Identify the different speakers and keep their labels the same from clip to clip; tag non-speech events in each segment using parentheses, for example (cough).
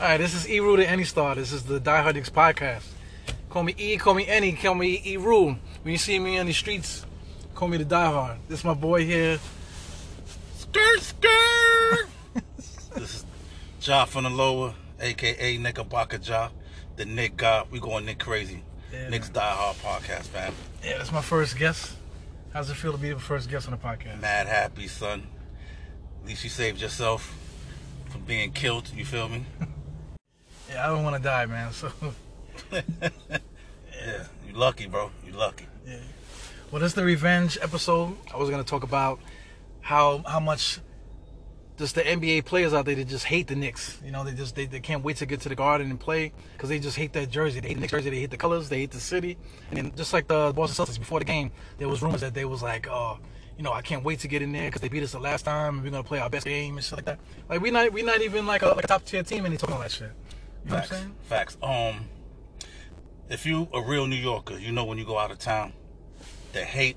Speaker 1: All right, this is E Rule to Any Star. This is the Die Hard Dicks podcast. Call me E, call me Any, call me E Rule. When you see me on the streets, call me the Die Hard. This is my boy here.
Speaker 2: Skirt, skirt. (laughs) this is Ja from the lower, aka Knickerbocker Ja, the Nick God. We going Nick crazy.
Speaker 1: Yeah,
Speaker 2: Nick's Die Hard podcast, man.
Speaker 1: Yeah, that's my first guest. How's it feel to be the first guest on the podcast?
Speaker 2: Mad happy, son. At least you saved yourself from being killed. You feel me?
Speaker 1: Yeah, I don't want to die, man. (laughs) So,
Speaker 2: Yeah. You lucky, bro. You lucky.
Speaker 1: yeah. Well, this is the revenge episode. I was gonna talk about how how much just the NBA players out there that just hate the Knicks. You know, they just they, they can't wait to get to the Garden and play because they just hate that jersey. They hate the Knicks jersey. They hate the colors. They hate the city. And then just like the Boston Celtics before the game, there was rumors that they was like, oh, you know, I can't wait to get in there because they beat us the last time and we're gonna play our best game and shit like that. Like we not we not even like a, like a top tier team and they talking all that shit. You know what I'm
Speaker 2: Facts.
Speaker 1: saying? (laughs)
Speaker 2: Facts. Um, if you a real New Yorker, you know when you go out of town, the hate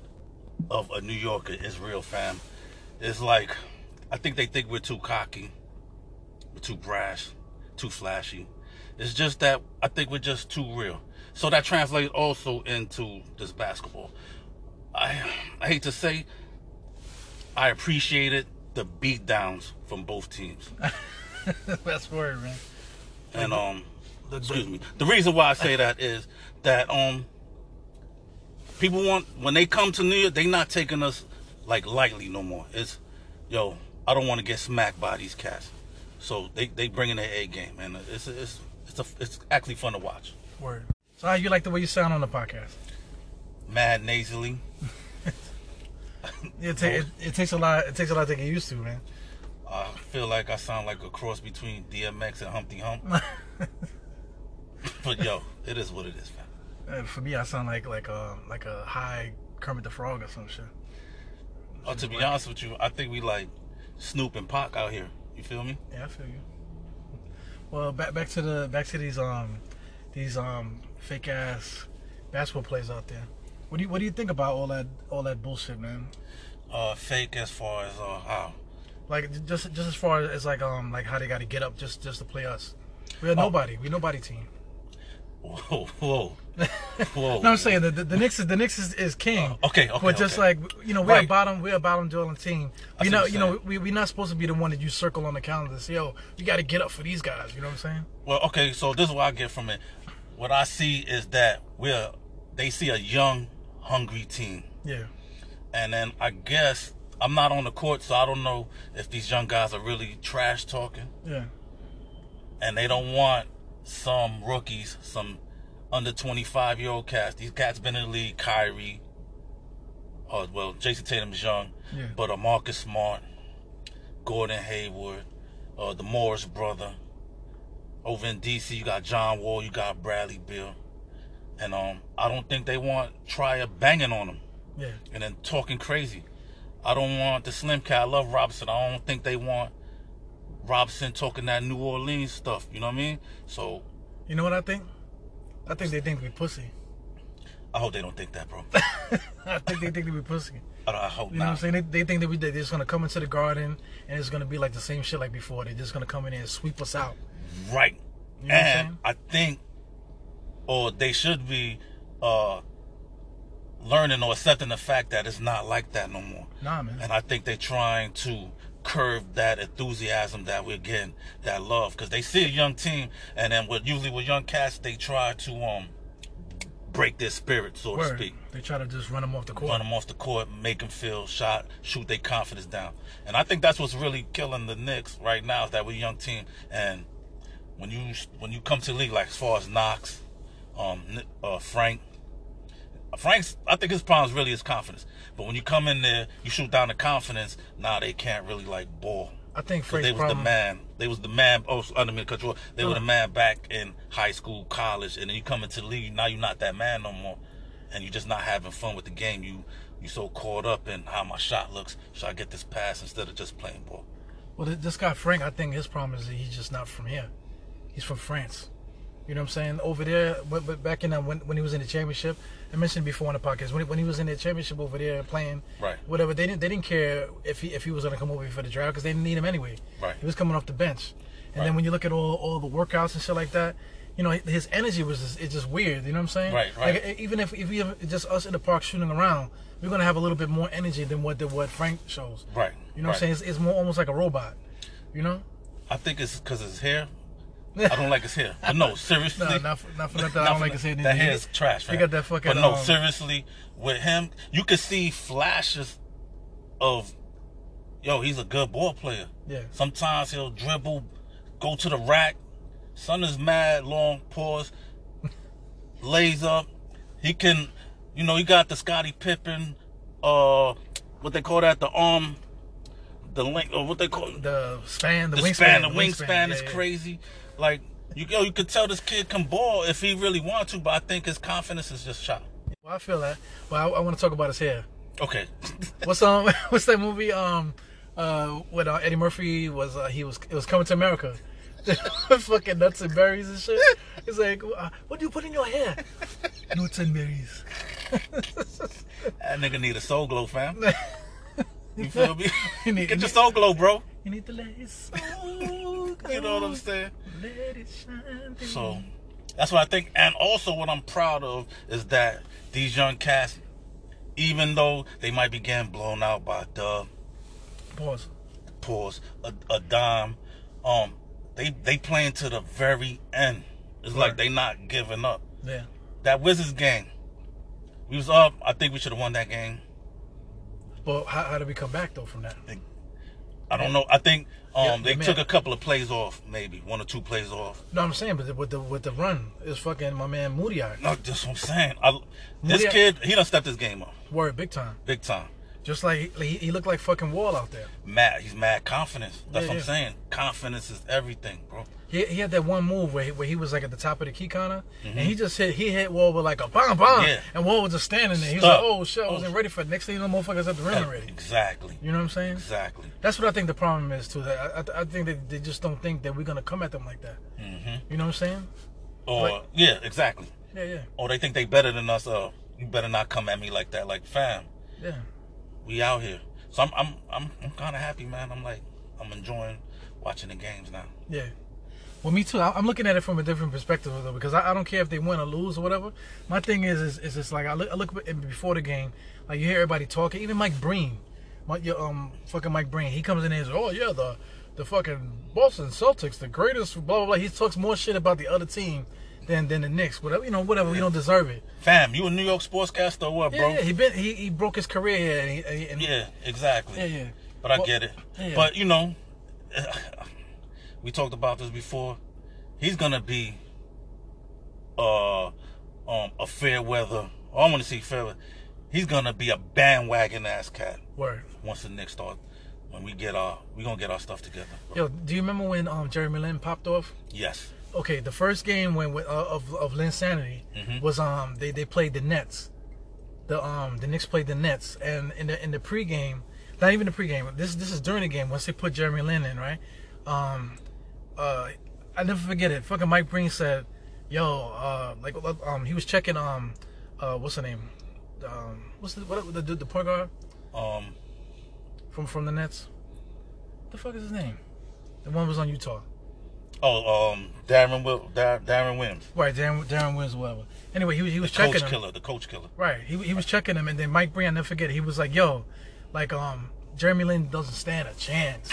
Speaker 2: of a New Yorker is real, fam. It's like, I think they think we're too cocky, we're too brash, too flashy. It's just that I think we're just too real. So that translates also into this basketball. I, I hate to say, I appreciated the beatdowns from both teams.
Speaker 1: That's word, man.
Speaker 2: And um,
Speaker 1: The-
Speaker 2: excuse me. The reason why I say that is that um, people want when they come to New York, they not taking us like lightly no more. It's yo, I don't want to get smacked by these cats, so they they bringing their A game, and it's it's it's a, it's actually fun to watch.
Speaker 1: Word. So how you like the way you sound on the podcast?
Speaker 2: Mad nasally,
Speaker 1: It, ta- it, it takes a lot. It takes a lot to get used to, man.
Speaker 2: I feel like I sound like a cross between DMX and Humpty Hump. but yo, it is what it is, man.
Speaker 1: Uh, For me, I sound like like a like a high Kermit the Frog or some shit.
Speaker 2: Oh, to be honest with you, I think we like Snoop and Pac out here. You feel me?
Speaker 1: Yeah, I feel you. Well, back back to the back to these um these um fake ass basketball players out there. What do you what do you think about all that all that bullshit, man?
Speaker 2: uh, fake as far as uh, how. (laughs)
Speaker 1: Like j- just just as far as like um like how they got to get up just just to play us. We're nobody. We're nobody team.
Speaker 2: Whoa,
Speaker 1: (laughs)
Speaker 2: whoa, whoa.
Speaker 1: No, I'm saying the, the, the Knicks is the Knicks is, is king.
Speaker 2: Oh, okay, okay,
Speaker 1: But just like
Speaker 2: okay.
Speaker 1: you know, we're a
Speaker 2: Right.
Speaker 1: bottom, we're a bottom dwelling team.
Speaker 2: see
Speaker 1: You know,
Speaker 2: what
Speaker 1: you
Speaker 2: you're
Speaker 1: know,
Speaker 2: saying.
Speaker 1: we we not supposed to be the one that you circle on the calendar. and Say, yo, you got to get up for these guys. You know what I'm saying?
Speaker 2: Well, okay. So this is what I get from it. What I see is that we're they see a young, hungry team,
Speaker 1: Yeah.
Speaker 2: and then I guess I'm not on the court, so I don't know if these young guys are really trash talking,
Speaker 1: Yeah.
Speaker 2: and they don't want some rookies, some under 25 year old cats. These cats been in the league, Kyrie. Oh well, Jason Tatum's young,
Speaker 1: Yeah.
Speaker 2: but uh, Marcus Smart, Gordon Hayward, uh, the Morris brother. Over in DC, you got John Wall, you got Bradley Bill, and um, I don't think they want Trier banging on them
Speaker 1: Yeah.
Speaker 2: and then talking crazy. I don't want the slim cat. I love Robinson. I don't think they want Robinson talking that New Orleans stuff. You know what I mean? So
Speaker 1: You know what I think? I think they think we pussy.
Speaker 2: I hope they don't think that, bro. (laughs)
Speaker 1: I think they think that we pussy.
Speaker 2: I, I hope
Speaker 1: You know what I'm
Speaker 2: not.
Speaker 1: saying? They, they think that we they're just gonna come into the garden and it's gonna be like the same shit like before. They're just gonna come in and sweep us out.
Speaker 2: Right.
Speaker 1: You know what I'm
Speaker 2: and
Speaker 1: saying?
Speaker 2: I think, or they should be uh, learning or accepting the fact that it's not like that no more.
Speaker 1: Nah, man.
Speaker 2: And I think they're trying to curb that enthusiasm that we're getting, that love, because they see a young team, and then with usually with young cats, they try to um break their spirit, so to
Speaker 1: Word.
Speaker 2: speak.
Speaker 1: They try to just run them off the court.
Speaker 2: Run them off the court, make them feel shot, shoot their confidence down. And I think that's what's really killing the Knicks right now is that we're a young team. And when you when you come to the league, like as far as Knox, um, N- uh, Frank, Frank's, I think his problem is really his confidence. But when you come in there, you shoot down the confidence. Now they can't really like ball.
Speaker 1: I think
Speaker 2: 'Cause
Speaker 1: Frank's
Speaker 2: They was
Speaker 1: problem.
Speaker 2: the man. They was the man. Oh, so- under me control. They were the man back in high school, college, and then you come into the league. Now you're not that man no more, and you're just not having fun with the game. You you so caught up in how my shot looks. Should I get this pass instead of just playing ball?
Speaker 1: Well, th- this guy Frank, I think his problem is that he's just not from here. He's from France. You know what I'm saying? Over there, but, but back in uh, when when he was in the championship, I mentioned before on the podcast when he, when he was in the championship over there playing,
Speaker 2: Right.
Speaker 1: Whatever they didn't they didn't care if he if he was gonna come over here for the draft because they didn't need him anyway.
Speaker 2: Right.
Speaker 1: He was coming off the bench, and
Speaker 2: Right.
Speaker 1: then when you look at all all the workouts and shit like that, you know his energy was just, it's just weird. You know what I'm saying?
Speaker 2: Right, right.
Speaker 1: Like, e- even if if we have just us in the park shooting around, we're gonna have a little bit more energy than what than what Frank shows.
Speaker 2: Right.
Speaker 1: You know what I'm
Speaker 2: right.
Speaker 1: saying? It's, it's more almost like a robot. You know?
Speaker 2: I think it's because
Speaker 1: (laughs)
Speaker 2: his hair. I don't like his hair. But no, seriously.
Speaker 1: No, not for, not
Speaker 2: (laughs)
Speaker 1: for nothing. I
Speaker 2: Not
Speaker 1: don't
Speaker 2: for
Speaker 1: like
Speaker 2: no-
Speaker 1: to say anything.
Speaker 2: That hair's trash,
Speaker 1: he
Speaker 2: man.
Speaker 1: got that fucking,
Speaker 2: But no,
Speaker 1: um,
Speaker 2: seriously, with him, you can see flashes of, yo, he's a good ball player.
Speaker 1: Yeah.
Speaker 2: Sometimes he'll dribble, go to the rack. Son is mad, long
Speaker 1: (laughs)
Speaker 2: pause, lays up. He can, you know, he got the Scottie Pippen, uh, what they call that, the arm, the length, or what they call
Speaker 1: The span, the,
Speaker 2: the
Speaker 1: wingspan.
Speaker 2: span, the wingspan, is
Speaker 1: yeah, yeah.
Speaker 2: crazy. Like you, yo, you could tell this kid can ball if he really wants to, but I think his confidence is just shot.
Speaker 1: Well, I feel that. But I, I want to talk about his hair.
Speaker 2: Okay,
Speaker 1: What's um (laughs) what's that movie um uh when uh, Eddie Murphy was uh, he was it was coming to America. (laughs) fucking nuts and berries and shit. It's like, uh, what do you put in your hair? nuts and berries.
Speaker 2: (laughs) that nigga need a soul
Speaker 1: (laughs)
Speaker 2: glow, fam. You feel me?
Speaker 1: You need- (laughs)
Speaker 2: Get your soul glow, bro.
Speaker 1: You need to let it soak.
Speaker 2: (laughs) You know
Speaker 1: (laughs)
Speaker 2: what I'm saying?
Speaker 1: Let it shine. through.
Speaker 2: So that's what I think. And also, what I'm proud of is that these young cats, even though they might be getting blown out by Dub,
Speaker 1: pause.
Speaker 2: pause, a, a dime, um, they they playing to the very end. It's like
Speaker 1: Right.
Speaker 2: they not giving up.
Speaker 1: Yeah.
Speaker 2: that Wizards game. We was up. I think we should have won that game.
Speaker 1: Well, how, how did we come back though from that?
Speaker 2: I don't know. I think um,
Speaker 1: Yeah,
Speaker 2: they
Speaker 1: yeah,
Speaker 2: took
Speaker 1: man.
Speaker 2: a couple of plays off, maybe one or two plays off.
Speaker 1: No, I'm saying, but the, with the with the run, it's fucking my man Mudiak.
Speaker 2: No, that's what I'm saying. I, this
Speaker 1: Yeah.
Speaker 2: kid, he done stepped his game up
Speaker 1: Word big time.
Speaker 2: big time.
Speaker 1: Just like he, he looked like fucking Wall out there.
Speaker 2: Mad, he's mad confidence. That's
Speaker 1: Yeah,
Speaker 2: what I'm
Speaker 1: yeah.
Speaker 2: saying. Confidence is everything, bro.
Speaker 1: He, he had that one move where he, where he was like at the top of the key corner, and he just hit he hit Wall with like a bomb bomb,
Speaker 2: Mm-hmm. Yeah.
Speaker 1: and Wall was just standing there. He was
Speaker 2: Stuck.
Speaker 1: like, "Oh shit, I
Speaker 2: Oh,
Speaker 1: wasn't
Speaker 2: shit.
Speaker 1: ready for it." Next thing you know, motherfuckers at the rim already.
Speaker 2: Exactly,
Speaker 1: You know what I'm saying?
Speaker 2: exactly.
Speaker 1: That's what I think the problem is too. That I, I, I think that they just don't think that we're gonna come at them like that. You know what I'm saying?
Speaker 2: Mm-hmm. Or
Speaker 1: Like-
Speaker 2: yeah, exactly.
Speaker 1: Yeah, yeah,
Speaker 2: Or they think they better than us. Uh, you better not come at me like that. Like, fam,
Speaker 1: yeah.
Speaker 2: we out here. So I'm, I'm, I'm, I'm kind of happy, man. I'm like, I'm enjoying watching the games now.
Speaker 1: Yeah. Well, me too. I- I'm looking at it from a different perspective though, because I, I don't care if they win or lose or whatever. My thing is, is, is it's like I look, I look at- before the game, like you hear everybody talking. Even Mike Breen, my your, um fucking Mike Breen, he comes in and says, "Oh yeah, the the fucking Boston Celtics, the greatest." Blah blah blah. He talks more shit about the other team than than the Knicks. Whatever you know, whatever we don't deserve it.
Speaker 2: Fam, you a New York sportscaster or what,
Speaker 1: Yeah,
Speaker 2: bro?
Speaker 1: yeah. He been he, he broke his career here, and, he, and, he- and
Speaker 2: Yeah, exactly.
Speaker 1: yeah, yeah.
Speaker 2: But I
Speaker 1: Well,
Speaker 2: get it.
Speaker 1: yeah.
Speaker 2: But you know, (sighs) we talked about this before. He's gonna be uh um a fair weather. I want to see fair. weather. He's gonna be a bandwagon ass cat
Speaker 1: Word.
Speaker 2: once the Knicks start. When we get our, we gonna get our stuff together.
Speaker 1: Yo, do you remember when um Jeremy Lin popped off?
Speaker 2: Yes.
Speaker 1: okay, the first game when uh, of of Lin Sanity
Speaker 2: Mm-hmm.
Speaker 1: was um they, they played the Nets, the um the Knicks played the Nets, and in the in the pregame, not even the pregame. This this is during the game once they put Jeremy Lin in, right? Um, uh, I never forget it. Fucking Mike Breen said, "Yo, uh, like um he was checking um, uh what's the name, um what's the what the dude the point guard
Speaker 2: Um.
Speaker 1: from from the Nets, the fuck is his name? The one who was on Utah."
Speaker 2: Oh. Um. Darren Will. Dar- Darren Williams.
Speaker 1: Right, Darren, Darren Williams, whatever. Anyway, he was he was checking
Speaker 2: Coach
Speaker 1: him.
Speaker 2: killer. The coach killer.
Speaker 1: Right. He, he was checking him, and then Mike Breen, I never forget, he was like, yo, like, um, Jeremy Lin doesn't stand a chance.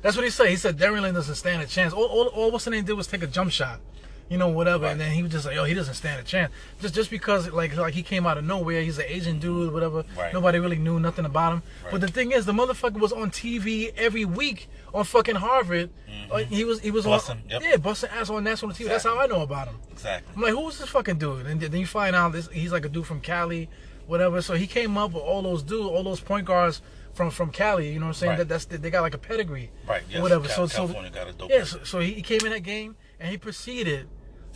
Speaker 1: That's what he said. He said, Jeremy Lin doesn't stand a chance. All, all, all what's the name did was take a jump shot, you know, whatever. And
Speaker 2: Right.
Speaker 1: then he was just like, yo, he doesn't stand a chance. Just just because, like, like he came out of nowhere. He's an Asian dude, whatever.
Speaker 2: Right.
Speaker 1: Nobody really knew nothing about him. But
Speaker 2: Right.
Speaker 1: the thing is, the motherfucker was on TV every week on fucking Harvard. Uh, he was he was
Speaker 2: Mm-hmm. Busting,
Speaker 1: on
Speaker 2: yep.
Speaker 1: yeah busting ass on national TV. That's how I know about him.
Speaker 2: Exactly.
Speaker 1: I'm like, who's this fucking dude? And then you find out this he's like a dude from Cali, whatever. So he came up with all those dudes, all those point guards from from Cali. You know what I'm saying?
Speaker 2: Right.
Speaker 1: That that's they got like a pedigree,
Speaker 2: Right.
Speaker 1: or
Speaker 2: Yes.
Speaker 1: Whatever.
Speaker 2: Cal-
Speaker 1: so
Speaker 2: California
Speaker 1: so
Speaker 2: got a dope.
Speaker 1: yeah. So, so he, he came in that game and he proceeded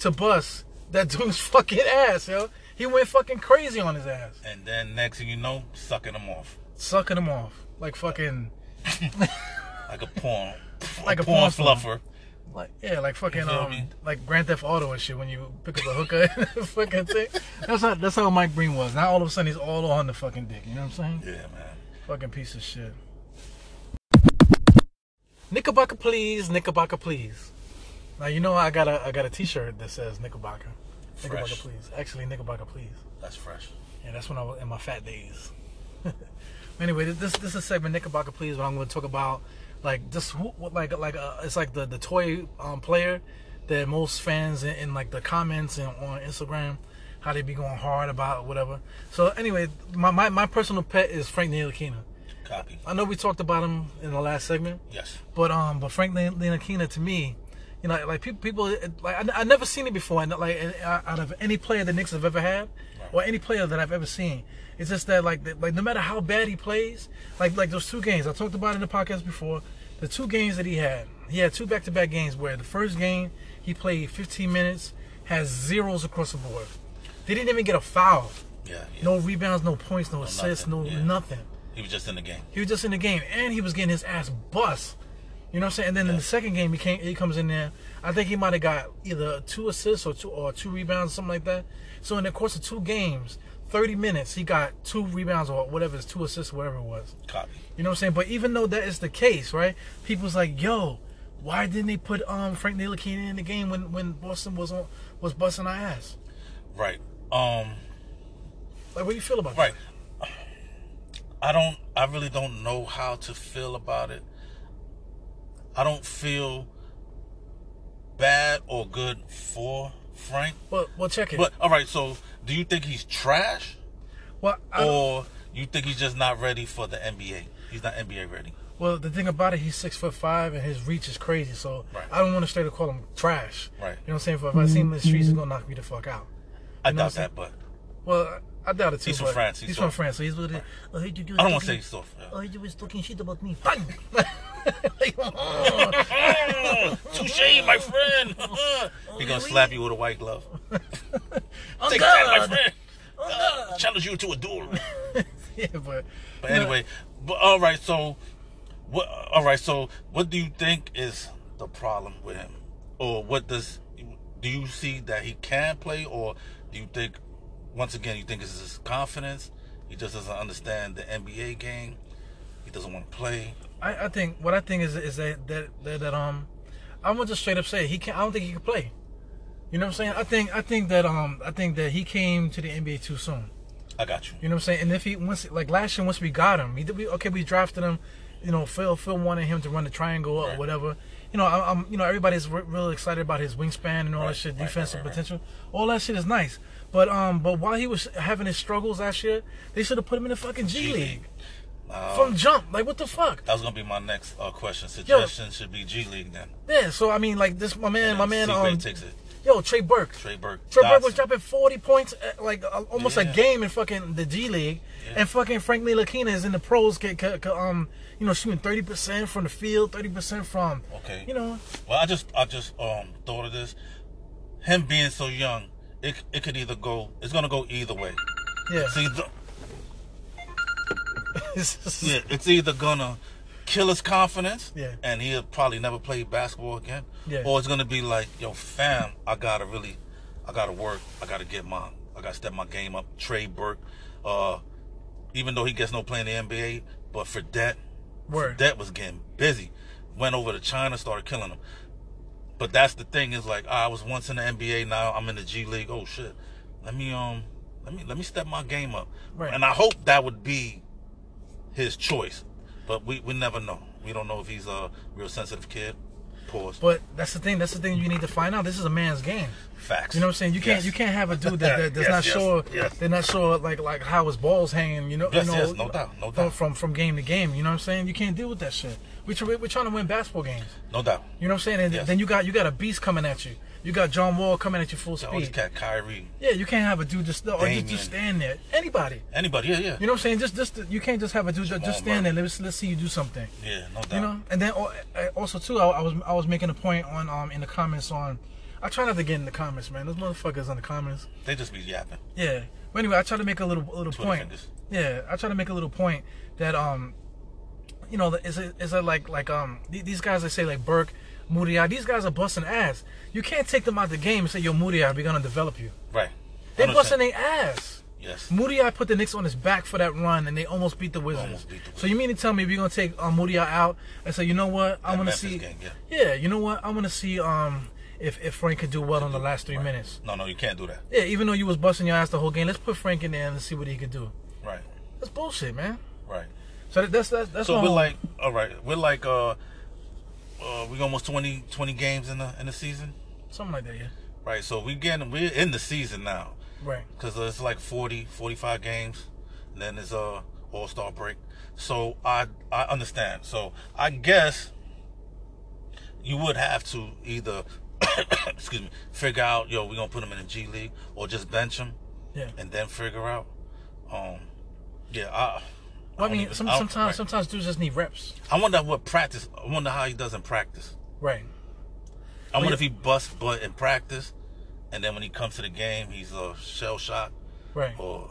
Speaker 1: to bust that (laughs) dude's fucking ass, yo. He went fucking crazy on his ass,
Speaker 2: And then next thing you know, sucking them off
Speaker 1: sucking him off like fucking
Speaker 2: like a porn,
Speaker 1: Like
Speaker 2: like
Speaker 1: a
Speaker 2: (laughs) a
Speaker 1: porn
Speaker 2: porn
Speaker 1: star.
Speaker 2: fluffer.
Speaker 1: Like yeah, like fucking
Speaker 2: feel
Speaker 1: um,
Speaker 2: me?
Speaker 1: like Grand Theft Auto and shit. When you pick up a hooker, (laughs) and fucking thing. That's how that's how Mike Breen was. Now all of a sudden he's all on the fucking dick. You know what I'm saying?
Speaker 2: Yeah, man.
Speaker 1: Fucking piece of shit. Knickerbocker, please. Knickerbocker, please. Now you know I got a I got a T-shirt that says Knickerbocker. Knickerbocker,
Speaker 2: Fresh.
Speaker 1: please. Actually, Knickerbocker, please.
Speaker 2: That's fresh.
Speaker 1: Yeah, that's when I was in my fat days. (laughs) anyway, this this is a segment Knickerbocker, please. But I'm going to talk about like this, who- what, like like uh, it's like the the toy um, player that most fans in, in like the comments and on Instagram how they be going hard about whatever. So anyway, my my, my personal pet is Frank Ntilikina.
Speaker 2: Copy.
Speaker 1: I know we talked about him in the last segment,
Speaker 2: Yes.
Speaker 1: but um, but Frank Lan- Ntilikina to me, you know, like people, people it- like I, I never seen it before, and like and, uh, out of any player the Knicks have ever had, or any player that I've ever seen, it's just that like that- like no matter how bad he plays, like like those two games I talked about in the podcast before, the two games that he had, he had two back-to-back games where the first game he played 15 minutes, has zeros across the board, they didn't even get a foul,
Speaker 2: Yeah. yeah.
Speaker 1: no rebounds, no points, no assists, no
Speaker 2: nothing, yeah.
Speaker 1: nothing.
Speaker 2: He was just in the game.
Speaker 1: He was just in the game, and he was getting his ass bust. You know what I'm saying? And then in the second game, he came. He comes in there. I think he might have got either two assists or two or two rebounds, something like that. So in the course of two games, 30 minutes, he got two rebounds or whatever, it's two assists, whatever it was.
Speaker 2: Copy.
Speaker 1: You know what I'm saying? But even though that is the case, right? People's like, yo, why didn't they put um Frank Ntilikina in the game when when Boston was on was busting our ass?
Speaker 2: Right. Um.
Speaker 1: Like, what do you feel about
Speaker 2: Right. (sighs) I don't. I really don't know how to feel about it. I don't feel bad or good for Frank.
Speaker 1: that? Well, well, check it.
Speaker 2: But all right. So, do you think he's trash,
Speaker 1: well, I,
Speaker 2: or you think he's just not ready for the NBA? He's not NBA ready.
Speaker 1: Well, the thing about it, he's six foot five and his reach is crazy. So
Speaker 2: Right.
Speaker 1: I don't want to straight up call him trash.
Speaker 2: Right.
Speaker 1: You know what I'm saying? If, if I see him in the streets, he's gonna knock me the fuck out.
Speaker 2: I
Speaker 1: know
Speaker 2: doubt
Speaker 1: what I'm
Speaker 2: that, but
Speaker 1: Well, I doubt it too.
Speaker 2: He's from
Speaker 1: but
Speaker 2: France, he's
Speaker 1: He's from
Speaker 2: soft.
Speaker 1: France, so he's with it. Oh, he do- do-
Speaker 2: I don't want
Speaker 1: do-
Speaker 2: to say he's soft. yeah. (laughs)
Speaker 1: Oh, he was talking shit about me. (laughs) oh, Bang!
Speaker 2: (laughs) Touche, my friend. (laughs) he gonna
Speaker 1: oui.
Speaker 2: slap you with a white glove.
Speaker 1: Oh,
Speaker 2: Take that, my
Speaker 1: God. Oh,
Speaker 2: friend. Uh, challenge you to a duel.
Speaker 1: (laughs) yeah, but
Speaker 2: But anyway, but all right. So, what? All right. So, what do you think is the problem with him, or what does? Do you see that he can play, or do you think, once again, you think it's his confidence? He just doesn't understand the NBA game. He doesn't want to play.
Speaker 1: I, I think what I think is is that that that, that um I'm gonna just straight up say he can not I don't think he can play. You know what I'm saying? I think I think that um I think that he came to the NBA too soon.
Speaker 2: I got you.
Speaker 1: You know what I'm saying? And if he once like last year, once we got him, he, we, okay, we drafted him. You know, Phil Phil wanted him to run the triangle or
Speaker 2: Right.
Speaker 1: whatever. You know, I, I'm you know everybody's re- real excited about his wingspan and all
Speaker 2: Right,
Speaker 1: that shit,
Speaker 2: right, right,
Speaker 1: defensive
Speaker 2: right, right.
Speaker 1: potential. All that shit is nice. But um, but while he was having his struggles last year, they should have put him in the fucking G,
Speaker 2: G
Speaker 1: League,
Speaker 2: League. Uh,
Speaker 1: from jump. Like what the fuck?
Speaker 2: that was gonna be my next uh, question. Suggestion should be G League then.
Speaker 1: Yeah. So I mean, like this, my man, my man,
Speaker 2: Seagrave
Speaker 1: um,
Speaker 2: takes it.
Speaker 1: yo, Trey Burke.
Speaker 2: Trey Burke.
Speaker 1: Trey Burke was
Speaker 2: Dodson.
Speaker 1: dropping 40 points, uh, like uh, almost a
Speaker 2: Yeah.
Speaker 1: game in fucking the G League, and fucking Frank Ntilikina is in the pros, get, ca- ca- um, you know, shooting 30 percent from the field, 30 percent from,
Speaker 2: Okay.
Speaker 1: you know,
Speaker 2: Well, I just I just um thought of this. Him being so young, it it could either go. It's gonna go either way.
Speaker 1: yeah,
Speaker 2: It's either
Speaker 1: (laughs) It's just-
Speaker 2: yeah, it's either gonna kill his confidence,
Speaker 1: Yeah.
Speaker 2: and he'll probably never play basketball again,
Speaker 1: Yeah.
Speaker 2: or it's gonna be like, yo, fam, I gotta really, I gotta work, I gotta get my, I gotta step my game up. Trey Burke, uh, even though he gets no play in the NBA, but for that,
Speaker 1: word,
Speaker 2: that was getting busy. Went over to China, started killing them. But that's the thing is like ah, I was once in the NBA, now I'm in the G League. Oh shit, let me um, let me let me step my game up.
Speaker 1: Right.
Speaker 2: And I hope that would be his choice, but we we never know. We don't know if he's a real sensitive kid. Pause.
Speaker 1: but that's the thing, that's the thing you need to find out. This is a man's game.
Speaker 2: Facts.
Speaker 1: You know what I'm saying? You can't
Speaker 2: Yes.
Speaker 1: you can't have a dude that, that that's
Speaker 2: (laughs) Yes,
Speaker 1: not
Speaker 2: yes,
Speaker 1: sure
Speaker 2: yes.
Speaker 1: they're not sure like like how his balls hanging. You know,
Speaker 2: Yes,
Speaker 1: you know
Speaker 2: yes, no doubt, no
Speaker 1: from,
Speaker 2: doubt.
Speaker 1: from from game to game. You know what I'm saying? You can't deal with that shit. We try, we're trying to win basketball games.
Speaker 2: No doubt.
Speaker 1: You know what I'm saying? And
Speaker 2: Yes.
Speaker 1: then you got you got a beast coming at you. You got John Wall coming at you full speed.
Speaker 2: Oh, this cat Kyrie.
Speaker 1: Yeah, you can't have a dude just or just,
Speaker 2: Damian.
Speaker 1: just stand there. Anybody.
Speaker 2: Anybody? Yeah, yeah,
Speaker 1: You know what I'm saying? Just just you can't just have a dude just, just stand there. Let's let's see you do something.
Speaker 2: yeah. No doubt.
Speaker 1: You know? And then al- uh, also too, I, I was I was making a point on um in the comments on. I try not to get in the comments, man. Those motherfuckers in the comments.
Speaker 2: They just be yapping.
Speaker 1: Yeah. But anyway, I try to make a little a little
Speaker 2: Twitter
Speaker 1: point.
Speaker 2: fingers.
Speaker 1: Yeah, I try to make a little point that um, you know, is it is it like like um th- these guys that say like Burke, Muriel. These guys are busting ass. You can't take them out the game and say, yo, Muriel, we're going to develop you.
Speaker 2: Right.
Speaker 1: They're
Speaker 2: 100%.
Speaker 1: busting their ass.
Speaker 2: Yes.
Speaker 1: Muriel put the Knicks on his back for that run, and they almost beat the Wizards.
Speaker 2: Almost beat the
Speaker 1: So you mean to tell me we're gonna take um, Muriel out and say, you know what, I want
Speaker 2: That
Speaker 1: to
Speaker 2: Memphis
Speaker 1: see,
Speaker 2: game, yeah.
Speaker 1: you know what, I want to see um if if Frank could do well in the last three minutes.
Speaker 2: No, no, you can't do that.
Speaker 1: Yeah, even though you was busting your ass the whole game, let's put Frank in there and see what he could do.
Speaker 2: Right.
Speaker 1: That's bullshit, man.
Speaker 2: Right.
Speaker 1: So that, that's that's that's
Speaker 2: So
Speaker 1: my
Speaker 2: we're
Speaker 1: whole-
Speaker 2: like, all right, we're like, uh, uh, we almost 20, 20 games in the in the season,
Speaker 1: something like that, yeah.
Speaker 2: right? So we getting we're in the season now,
Speaker 1: Right.
Speaker 2: because it's like 40, 45 games, and then there's a All Star break. So I I understand. So I guess you would have to either, (coughs) excuse me, figure out yo, we're gonna put him in the G League or just bench him
Speaker 1: Yeah.
Speaker 2: and then figure out. Um, yeah, I.
Speaker 1: Well, I,
Speaker 2: don't
Speaker 1: mean,
Speaker 2: even-
Speaker 1: some,
Speaker 2: I don't-
Speaker 1: sometimes
Speaker 2: right.
Speaker 1: sometimes dudes just need reps.
Speaker 2: I wonder what practice. I wonder how he does in practice.
Speaker 1: Right.
Speaker 2: I
Speaker 1: yeah.
Speaker 2: wonder if he busts butt in practice, and then when he comes to the game, he's a shell shot
Speaker 1: Right.
Speaker 2: or.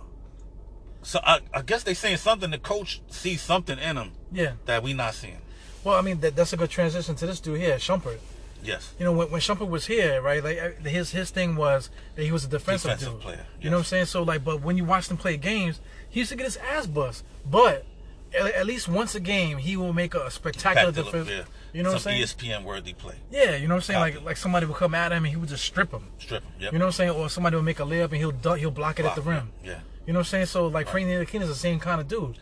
Speaker 2: So I, I guess they saying something. The coach sees something in him
Speaker 1: Yeah.
Speaker 2: that we not seeing.
Speaker 1: Well, I mean that, that's a good transition to this dude here, Shumpert.
Speaker 2: Yes.
Speaker 1: you know, when, when Shumpert was here, right? Like uh, his his thing was that he was a defensive,
Speaker 2: Defensive
Speaker 1: dude.
Speaker 2: player,
Speaker 1: You know what I'm
Speaker 2: yes.
Speaker 1: saying? So like, but when you watch him play games, he used to get his ass bust. But at, at least once a game, he will make a spectacular
Speaker 2: Spectacular,
Speaker 1: defense.
Speaker 2: yeah.
Speaker 1: You know what I'm
Speaker 2: Some E
Speaker 1: saying?
Speaker 2: ESPN worthy play.
Speaker 1: yeah, you know what I'm saying? Like
Speaker 2: Copy.
Speaker 1: like somebody would come at him and he would just strip him.
Speaker 2: Strip him. Yep.
Speaker 1: You know what I'm saying? Or somebody would make a layup and he'll dunk, he'll block it at the
Speaker 2: Block,
Speaker 1: rim.
Speaker 2: Yeah.
Speaker 1: You know what I'm saying? So like Frank Ntilikina is the same kind of dude.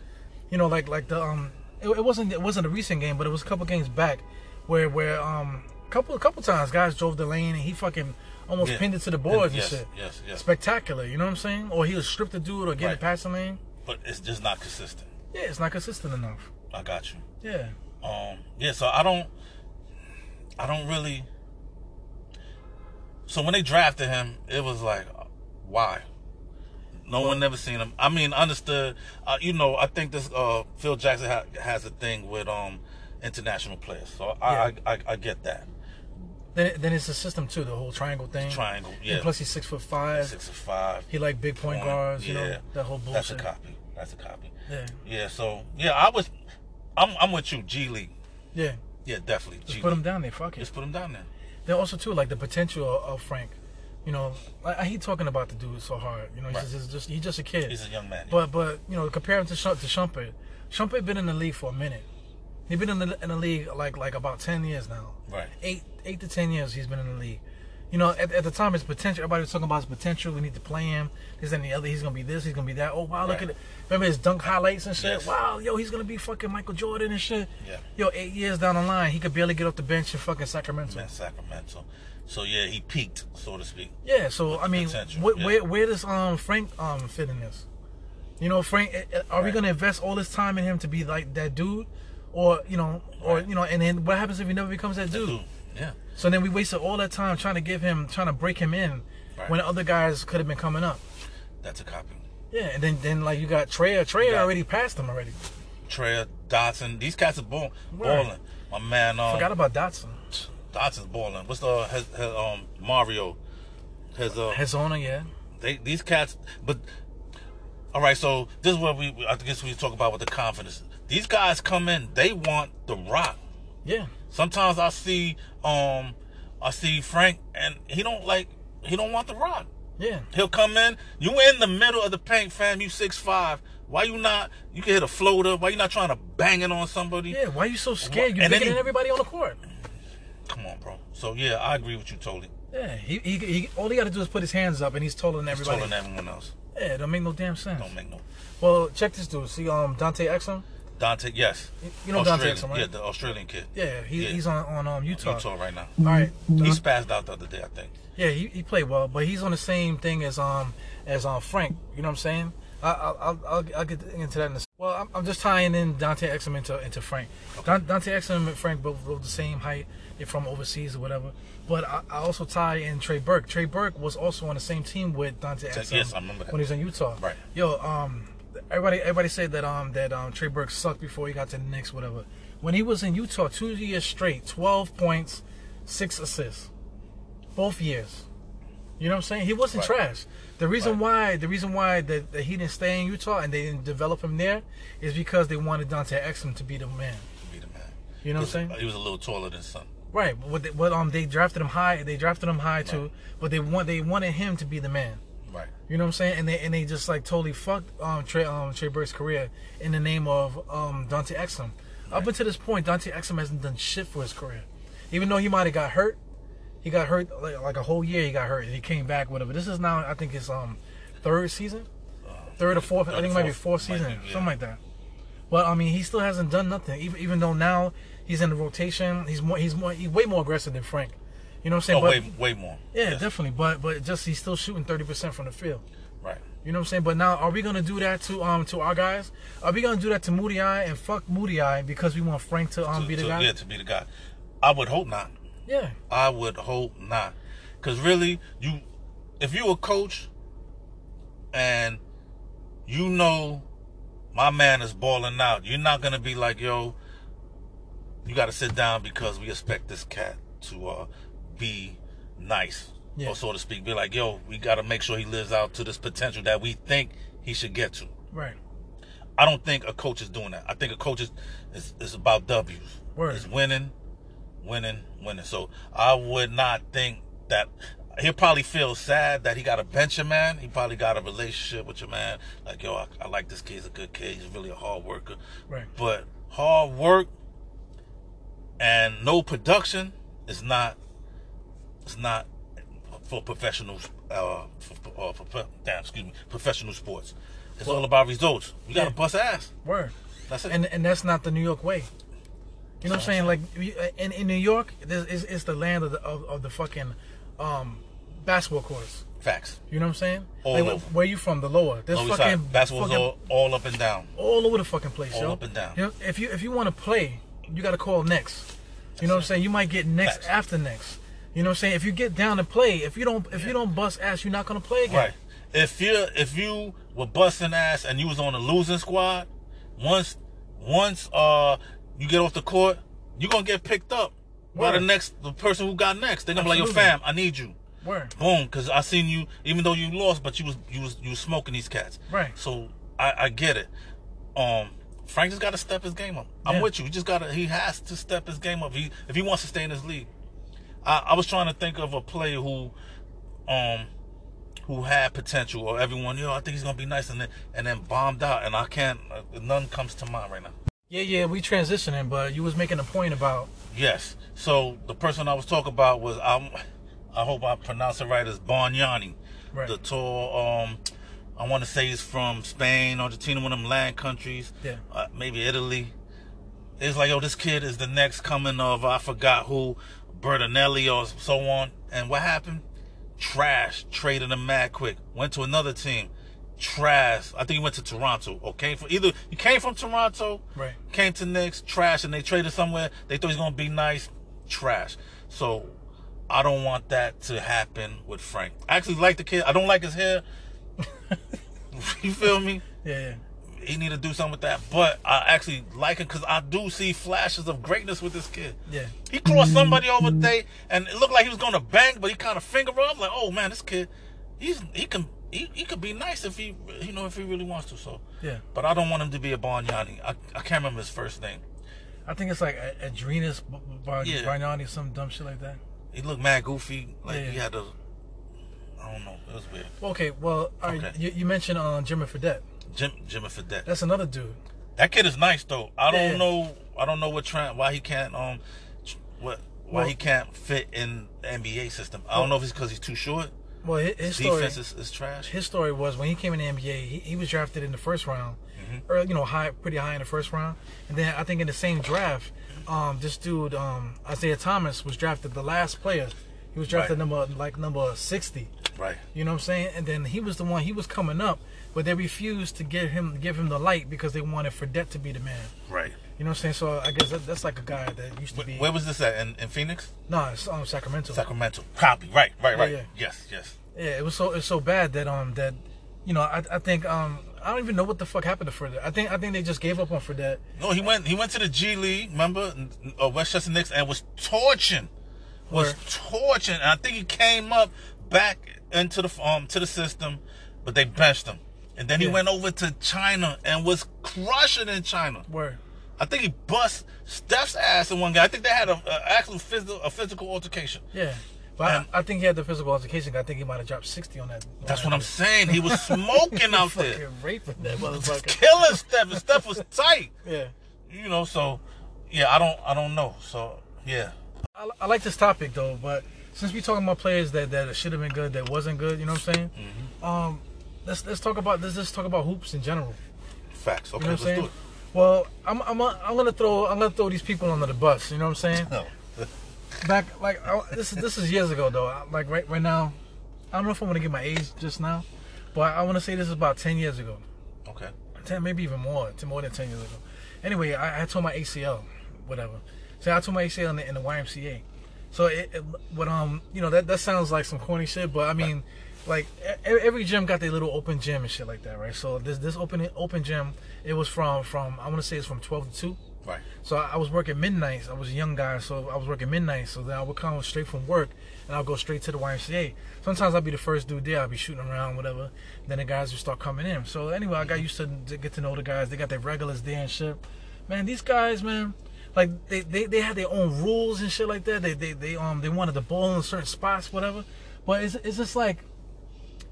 Speaker 1: You know, like like the um, it, it wasn't it wasn't a recent game, but it was a couple games back where where um, couple couple times guys drove the lane and he fucking almost
Speaker 2: Yeah.
Speaker 1: pinned it to the boards
Speaker 2: Yes,
Speaker 1: and shit.
Speaker 2: yes, yes.
Speaker 1: Spectacular. You know what I'm saying? Or he was stripped the dude or get
Speaker 2: Right.
Speaker 1: it past the lane.
Speaker 2: But it's just not consistent.
Speaker 1: Yeah, it's not consistent enough.
Speaker 2: I got you.
Speaker 1: Yeah.
Speaker 2: Um, yeah, so I don't, I don't really. So when they drafted him, it was like, why? No one never seen him. I mean, understood. Uh, you know, I think this uh, Phil Jackson ha- has a thing with um, international players, so I,
Speaker 1: Yeah.
Speaker 2: I, I I get that.
Speaker 1: Then then it's the system too, the whole triangle thing.
Speaker 2: Triangle,
Speaker 1: And
Speaker 2: yeah,
Speaker 1: plus he's six foot five.
Speaker 2: six or five.
Speaker 1: He like big point guards. You know that whole bullshit.
Speaker 2: That's a copy. That's a copy.
Speaker 1: Yeah.
Speaker 2: Yeah. So yeah, I was, I'm, I'm with you, G League.
Speaker 1: Yeah.
Speaker 2: Yeah, definitely. G
Speaker 1: Just put him
Speaker 2: League.
Speaker 1: down there. Fuck it.
Speaker 2: Just put him down there.
Speaker 1: Then also too, like the potential of Frank. You know, I, I hate talking about the dude so hard. You know, he's
Speaker 2: Right.
Speaker 1: just, he's just he's just a kid.
Speaker 2: He's a young man.
Speaker 1: but but you know, compare him to Shump, to Shumpert. Shumpert been in the league for a minute. He's been in the, in the league like like about ten years now.
Speaker 2: Right.
Speaker 1: Eight eight to ten years he's been in the league. You know, at, at the time his potential. Everybody was talking about his potential. We need to play him. This and the other. He's gonna be this. He's gonna be that. Oh wow, look
Speaker 2: Right.
Speaker 1: at it. Remember his dunk highlights and shit.
Speaker 2: Yes.
Speaker 1: Wow, yo, he's gonna be fucking Michael Jordan and shit.
Speaker 2: Yeah.
Speaker 1: Yo, eight years down the line, he could barely get off the bench in fucking Sacramento.
Speaker 2: in Sacramento. So yeah, he peaked, so to speak.
Speaker 1: Yeah, so I mean,
Speaker 2: potential,
Speaker 1: wh-
Speaker 2: yeah.
Speaker 1: where where does um Frank um fit in this? You know, Frank, eh, eh, are we
Speaker 2: Right.
Speaker 1: gonna invest all this time in him to be like that dude, or you know, or
Speaker 2: Right.
Speaker 1: you know, and then what happens if he never becomes that dude?
Speaker 2: Dude, yeah,
Speaker 1: So then we wasted all that time trying to give him, trying to break him in,
Speaker 2: Right.
Speaker 1: when other guys could have been coming up.
Speaker 2: that's a copy.
Speaker 1: Yeah, and then then like you got Trey, Trey
Speaker 2: got-
Speaker 1: already passed him already.
Speaker 2: Trey Dotson, these cats are ball,
Speaker 1: Right.
Speaker 2: balling. My man, um,
Speaker 1: Forgot about Dotson,
Speaker 2: Dotson's balling. What's the his, his, um Mario? His uh,
Speaker 1: his owner, yeah,
Speaker 2: they, these cats. But all right, so this is what we I guess we talk about with the confidence. These guys come in, they want the rock.
Speaker 1: yeah,
Speaker 2: Sometimes I see um I see Frank and he don't like he don't want the rock.
Speaker 1: yeah,
Speaker 2: He'll come in. You in the middle of the paint, fam. You six five. Why you not? You can hit a floater. Why you not trying to bang it on somebody?
Speaker 1: yeah. Why you so scared? You're
Speaker 2: And then
Speaker 1: bigger
Speaker 2: he-
Speaker 1: than everybody on the court.
Speaker 2: Come on, bro. So yeah, I agree with you totally.
Speaker 1: Yeah, he, he, he all he got to do is put his hands up, and he's taller than everybody.
Speaker 2: Taller than everyone else.
Speaker 1: Yeah, it don't make no damn sense.
Speaker 2: Don't make no.
Speaker 1: Well, check this dude. See, um, Dante Exum.
Speaker 2: Dante, yes.
Speaker 1: You know Dante
Speaker 2: Australian.
Speaker 1: Exum, right?
Speaker 2: Yeah, the Australian kid.
Speaker 1: Yeah, he,
Speaker 2: Yeah.
Speaker 1: he's on on um Utah.
Speaker 2: Utah right now.
Speaker 1: All right.
Speaker 2: He's passed out the other day, I think.
Speaker 1: Yeah, he, he played well, but he's on the same thing as um as um Frank. You know what I'm saying? I, I, I'll, I'll I'll get into that in a s Well, I'm, I'm just tying in Dante Exum into into Frank. Dan, Dante Exum and Frank both both the same height. They're from overseas or whatever. But I, I also tie in Trey Burke. Trey Burke was also on the same team with Dante Exum.
Speaker 2: yes, I remember that.
Speaker 1: When he was in Utah.
Speaker 2: Right.
Speaker 1: Yo, um, everybody everybody said that um that um Trey Burke sucked before he got to the Knicks, whatever. When he was in Utah, two years straight, twelve points, six assists, both years. You know what I'm saying? He wasn't
Speaker 2: Right.
Speaker 1: trash. The reason why the reason why that, that he didn't stay in Utah and they didn't develop him there is because they wanted Dante Exum to be the man.
Speaker 2: To be the man.
Speaker 1: You know what I'm
Speaker 2: He was-
Speaker 1: saying?
Speaker 2: He was a little taller than some.
Speaker 1: Right, but what they, what um they drafted him high. They drafted him high too, but they want they wanted him to be the man.
Speaker 2: Right.
Speaker 1: You know what I'm saying? And they and they just like totally fucked um Trey um Trey Burke's career in the name of um Dante Exum. Up until this point, Dante Exum hasn't done shit for his career. Even though he might have got hurt, he got hurt like, like a whole year. He got hurt and he came back. Whatever. This is now I think his um third season, third or fourth. I
Speaker 2: third or
Speaker 1: think it might be
Speaker 2: fourth.
Speaker 1: fourth
Speaker 2: Might
Speaker 1: season,
Speaker 2: be, yeah.
Speaker 1: something like that. But I mean, he still hasn't done nothing. Even even though now he's in the rotation, he's more he's more he's way more aggressive than Frank. You know what I'm saying?
Speaker 2: Oh,
Speaker 1: but,
Speaker 2: way way more.
Speaker 1: yeah,
Speaker 2: Yes.
Speaker 1: definitely. But but just he's still shooting thirty percent from the field.
Speaker 2: Right.
Speaker 1: You know what I'm saying? But now, are we gonna do that to um to our guys? Are we gonna do that to Moody Eye and fuck Moody Eye because we want Frank to um
Speaker 2: To-
Speaker 1: be the
Speaker 2: to-
Speaker 1: guy?
Speaker 2: Yeah, to be the guy. I would hope not.
Speaker 1: Yeah,
Speaker 2: I would hope not. Cause really, you if you a coach and you know my man is balling out, you're not gonna be like, yo, you gotta sit down because we expect this cat to uh be nice.
Speaker 1: Yeah.
Speaker 2: Or so to speak. Be like, yo, we gotta make sure he lives out to this potential that we think he should get to.
Speaker 1: right.
Speaker 2: I don't think a coach is doing that. I think a coach is is, is about W's.
Speaker 1: Word.
Speaker 2: It's winning, winning, winning. So I would not think that he'll probably feel sad that he got to bench your man. He probably got a relationship with your man. Like, yo, I, I like this kid. He's a good kid. He's really a hard worker.
Speaker 1: Right.
Speaker 2: But hard work and no production is not it's not for professional uh for, uh, for, damn, excuse me professional sports it's all about results you gotta
Speaker 1: Yeah.
Speaker 2: bust ass
Speaker 1: Word.
Speaker 2: that's it
Speaker 1: And and that's not the New York way. You know what I'm saying? Like you- uh, in in New York, this is it's the land of the of, of the fucking um basketball courts.
Speaker 2: facts
Speaker 1: You know what I'm saying?
Speaker 2: All
Speaker 1: like, where-
Speaker 2: over.
Speaker 1: Where you from? The lower. There's
Speaker 2: Lower East
Speaker 1: fucking
Speaker 2: Side. basketball's
Speaker 1: fucking-
Speaker 2: all, all up and down
Speaker 1: all over the fucking place,
Speaker 2: All
Speaker 1: yo.
Speaker 2: up and down.
Speaker 1: You know, if you if you want to play, you got to call next. You know what I'm saying? You might get next
Speaker 2: Facts.
Speaker 1: after next. You know what I'm saying? If you get down and play, if you don't if you don't bust ass, you're not gonna play again.
Speaker 2: right if you if you were busting ass and you was on the losing squad once once uh you get off the court you're gonna get picked up by
Speaker 1: Word.
Speaker 2: the next the person who got next they're gonna be
Speaker 1: Absolutely.
Speaker 2: like yo fam i need you
Speaker 1: Word.
Speaker 2: boom because i seen you even though you lost but you was you was you was smoking these cats
Speaker 1: Right.
Speaker 2: so i i get it um frank just gotta step his game up i'm
Speaker 1: Yeah.
Speaker 2: with you he just gotta he has to step his game up he if he wants to stay in this league i i was trying to think of a player who um who had potential or everyone you know i think he's gonna be nice and then and then bombed out and i can't uh, none comes to mind right now
Speaker 1: Yeah, yeah. We transitioning, but you was making a point about
Speaker 2: Yes. So the person I was talking about was I. I hope I pronounce it right. Is Bargnani,
Speaker 1: Right.
Speaker 2: the tall. Um, I want to say he's from Spain, Argentina, one of them land countries.
Speaker 1: Yeah.
Speaker 2: Uh, maybe Italy. It's like yo, this kid is the next coming of I forgot who, Bertinelli or so on. And what happened? Trash. Traded him mad quick. Went to another team. Trash. I think he went to Toronto. Or came from either he came from Toronto
Speaker 1: Right.
Speaker 2: came to Knicks, trash, and they traded somewhere. They thought he's gonna be nice, trash. So I don't want that to happen with Frank. I actually like the kid. I don't like his hair. (laughs) you feel me?
Speaker 1: yeah, yeah.
Speaker 2: He need to do something with that. But I actually like him because I do see flashes of greatness with this kid.
Speaker 1: Yeah.
Speaker 2: He crossed somebody over today, and it looked like he was gonna bang, but he kind of finger up. Like, oh man, this kid, he's he can he, he could be nice if he you know if he really wants to. So
Speaker 1: Yeah.
Speaker 2: but I don't want him to be a Bargnani. I, I can't remember his first name.
Speaker 1: I think it's like a- Adrenas B- B- Bar-
Speaker 2: Yeah.
Speaker 1: Bargnani, some dumb shit like that.
Speaker 2: He looked mad goofy. Like he
Speaker 1: Yeah.
Speaker 2: had a, I don't know. It was weird.
Speaker 1: Okay, well, all right,
Speaker 2: Okay.
Speaker 1: you, you mentioned um, Jimmy Fredette.
Speaker 2: Jim Jimmy Fredette.
Speaker 1: That's another dude.
Speaker 2: That kid is nice though. I don't
Speaker 1: Yeah.
Speaker 2: know. I don't know what Trent. Why he can't um, tr- what why
Speaker 1: Well-
Speaker 2: he can't fit in the NBA system. I don't know if it's because he's too short.
Speaker 1: Well, his, his story
Speaker 2: Defense is, is trash.
Speaker 1: his story was when he came in the NBA, he, he was drafted in the first round, or you know, high, pretty high in the first round, and then I think in the same draft, um, this dude um, Isaiah Thomas was drafted the last player. He was drafted
Speaker 2: Right.
Speaker 1: number like number sixty.
Speaker 2: Right.
Speaker 1: You know what I'm saying? And then he was the one he was coming up, but they refused to give him give him the light because they wanted Fredette to be the man.
Speaker 2: Right.
Speaker 1: You know what I'm saying? So I guess that, that's like a guy that used to
Speaker 2: Where,
Speaker 1: be.
Speaker 2: where was this at? In, in Phoenix,
Speaker 1: Nah, it's um, Sacramento.
Speaker 2: Sacramento. Copy. Right. Right. Right.
Speaker 1: yeah.
Speaker 2: Yes. Yes.
Speaker 1: Yeah, it was so it's so bad that um that you know I, I think um I don't even know what the fuck happened to Fredette. I think I think they just gave up on Fredette.
Speaker 2: No, he went. He went to the G League. Remember, uh, Westchester Knicks, and was torching, was
Speaker 1: Word.
Speaker 2: torching. And I think he came up back into the um to the system, but they benched him. And then he
Speaker 1: Yeah.
Speaker 2: went over to China and was crushing in China.
Speaker 1: Where
Speaker 2: I think he bust Steph's ass in one guy. I think they had a, a actual physical a physical altercation.
Speaker 1: Yeah. But
Speaker 2: Yeah.
Speaker 1: I, I think he had the physical altercation. I think he might have dropped 60 on that. on
Speaker 2: Um, That's
Speaker 1: that
Speaker 2: what I'm
Speaker 1: nigga.
Speaker 2: saying.
Speaker 1: (laughs)
Speaker 2: He was smoking out
Speaker 1: Fucking
Speaker 2: there,
Speaker 1: raping
Speaker 2: (laughs)
Speaker 1: that motherfucker.
Speaker 2: killing Steph, and Steph was tight.
Speaker 1: yeah.
Speaker 2: You know, so yeah, I don't, I don't know. So yeah,
Speaker 1: I, I like this topic though, but since we're talking about players that, that should have been good, that wasn't good, you know what I'm saying?
Speaker 2: Mm-hmm.
Speaker 1: Um, let's let's talk about let's just talk about hoops in general.
Speaker 2: facts. Okay,
Speaker 1: You know what
Speaker 2: let's
Speaker 1: I'm saying?
Speaker 2: do it.
Speaker 1: Well, I'm I'm a, I'm gonna throw I'm gonna throw these people under the bus. You know what I'm saying?
Speaker 2: No,
Speaker 1: Back like I, this is this is years ago though. I- Like right right now, I don't know if I'm gonna get my age just now, but I want to say this is about ten years ago,
Speaker 2: (laughs) okay,
Speaker 1: ten maybe even more, ten more than ten years ago. Anyway, I, I tore my ACL, whatever. So I tore my ACL in the, in the YMCA. So it, it but um you know that that sounds like some corny shit, but I mean. Like e- e- every gym got their little open gym and shit like that, right? So this this open open gym, it was from from I want to say it's from twelve to two.
Speaker 2: right.
Speaker 1: So I I was working midnights. I was a young guy, so I was working midnights. So then I would come straight from work, and I'll go straight to the YMCA. Sometimes I'll be the first dude there. I'll be shooting around, whatever. Then the guys would start coming in. So anyway, I got used to, to get to know the guys. They got their regulars there and shit. Man, these guys, man, like they, they, they had their own rules and shit like that. They they, they um they wanted the ball in certain spots, whatever. But it's it's just like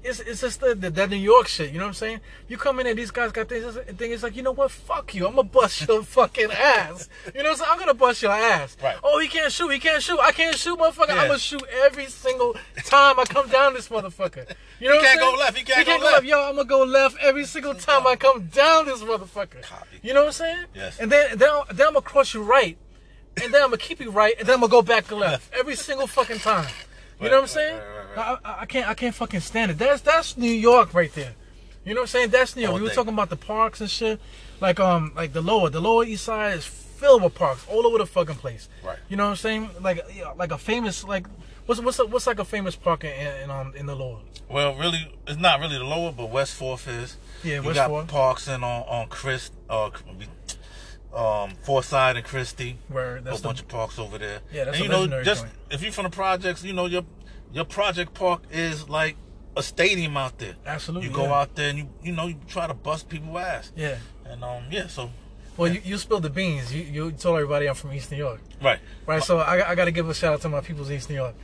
Speaker 1: it's, it's just the, the that New York shit. You know what I'm saying? You come in and these guys got things. and Thing it's like, you know what? Fuck you. I'm gonna bust your (laughs) fucking ass. You know what I'm saying? I'm gonna bust your ass.
Speaker 2: Right.
Speaker 1: Oh, he can't shoot. He can't shoot. I can't shoot, motherfucker.
Speaker 2: Yeah.
Speaker 1: I'm gonna shoot every single time I come down this motherfucker. You know what
Speaker 2: He
Speaker 1: I'm
Speaker 2: can't go
Speaker 1: saying?
Speaker 2: left. He can't go left.
Speaker 1: Yo, I'm gonna go left every single time I come down this motherfucker.
Speaker 2: Copy.
Speaker 1: You know what I'm saying?
Speaker 2: Yes.
Speaker 1: And then then, I'm- then I'm gonna cross you right, and then I'm gonna keep you right, and then I'm gonna go back to left every single fucking time. You know what I'm
Speaker 2: Right,
Speaker 1: saying?
Speaker 2: right, right, right, right.
Speaker 1: I, I- I can't I can't fucking stand it. That's that's New York right there. You know what I'm saying? That's New York.
Speaker 2: All
Speaker 1: we were
Speaker 2: day.
Speaker 1: talking about the parks and shit. Like um like the lower the lower east side is filled with parks all over the fucking place.
Speaker 2: Right.
Speaker 1: You know what I'm saying? Like yeah, like a famous like what's what's a, what's like a famous park in, in um in the lower.
Speaker 2: Well, really, it's not really the lower, but West Fourth is.
Speaker 1: Yeah,
Speaker 2: you
Speaker 1: West
Speaker 2: got
Speaker 1: Fourth.
Speaker 2: Parks and on on Chris, uh, um, Forsyth and Christie.
Speaker 1: Where that's
Speaker 2: a
Speaker 1: the-
Speaker 2: bunch of parks over there.
Speaker 1: Yeah, that's
Speaker 2: and
Speaker 1: a
Speaker 2: you know,
Speaker 1: legendary
Speaker 2: just
Speaker 1: joint.
Speaker 2: if you're from the projects, you know your your project park is like a stadium out there.
Speaker 1: Absolutely,
Speaker 2: You go
Speaker 1: yeah.
Speaker 2: out there and you you know you try to bust people ass.
Speaker 1: Yeah.
Speaker 2: And um yeah, so
Speaker 1: Well, you, you spilled the beans. You you told everybody I'm from East New York.
Speaker 2: right.
Speaker 1: Right, so I, I gotta give a shout out to my people's in East New York.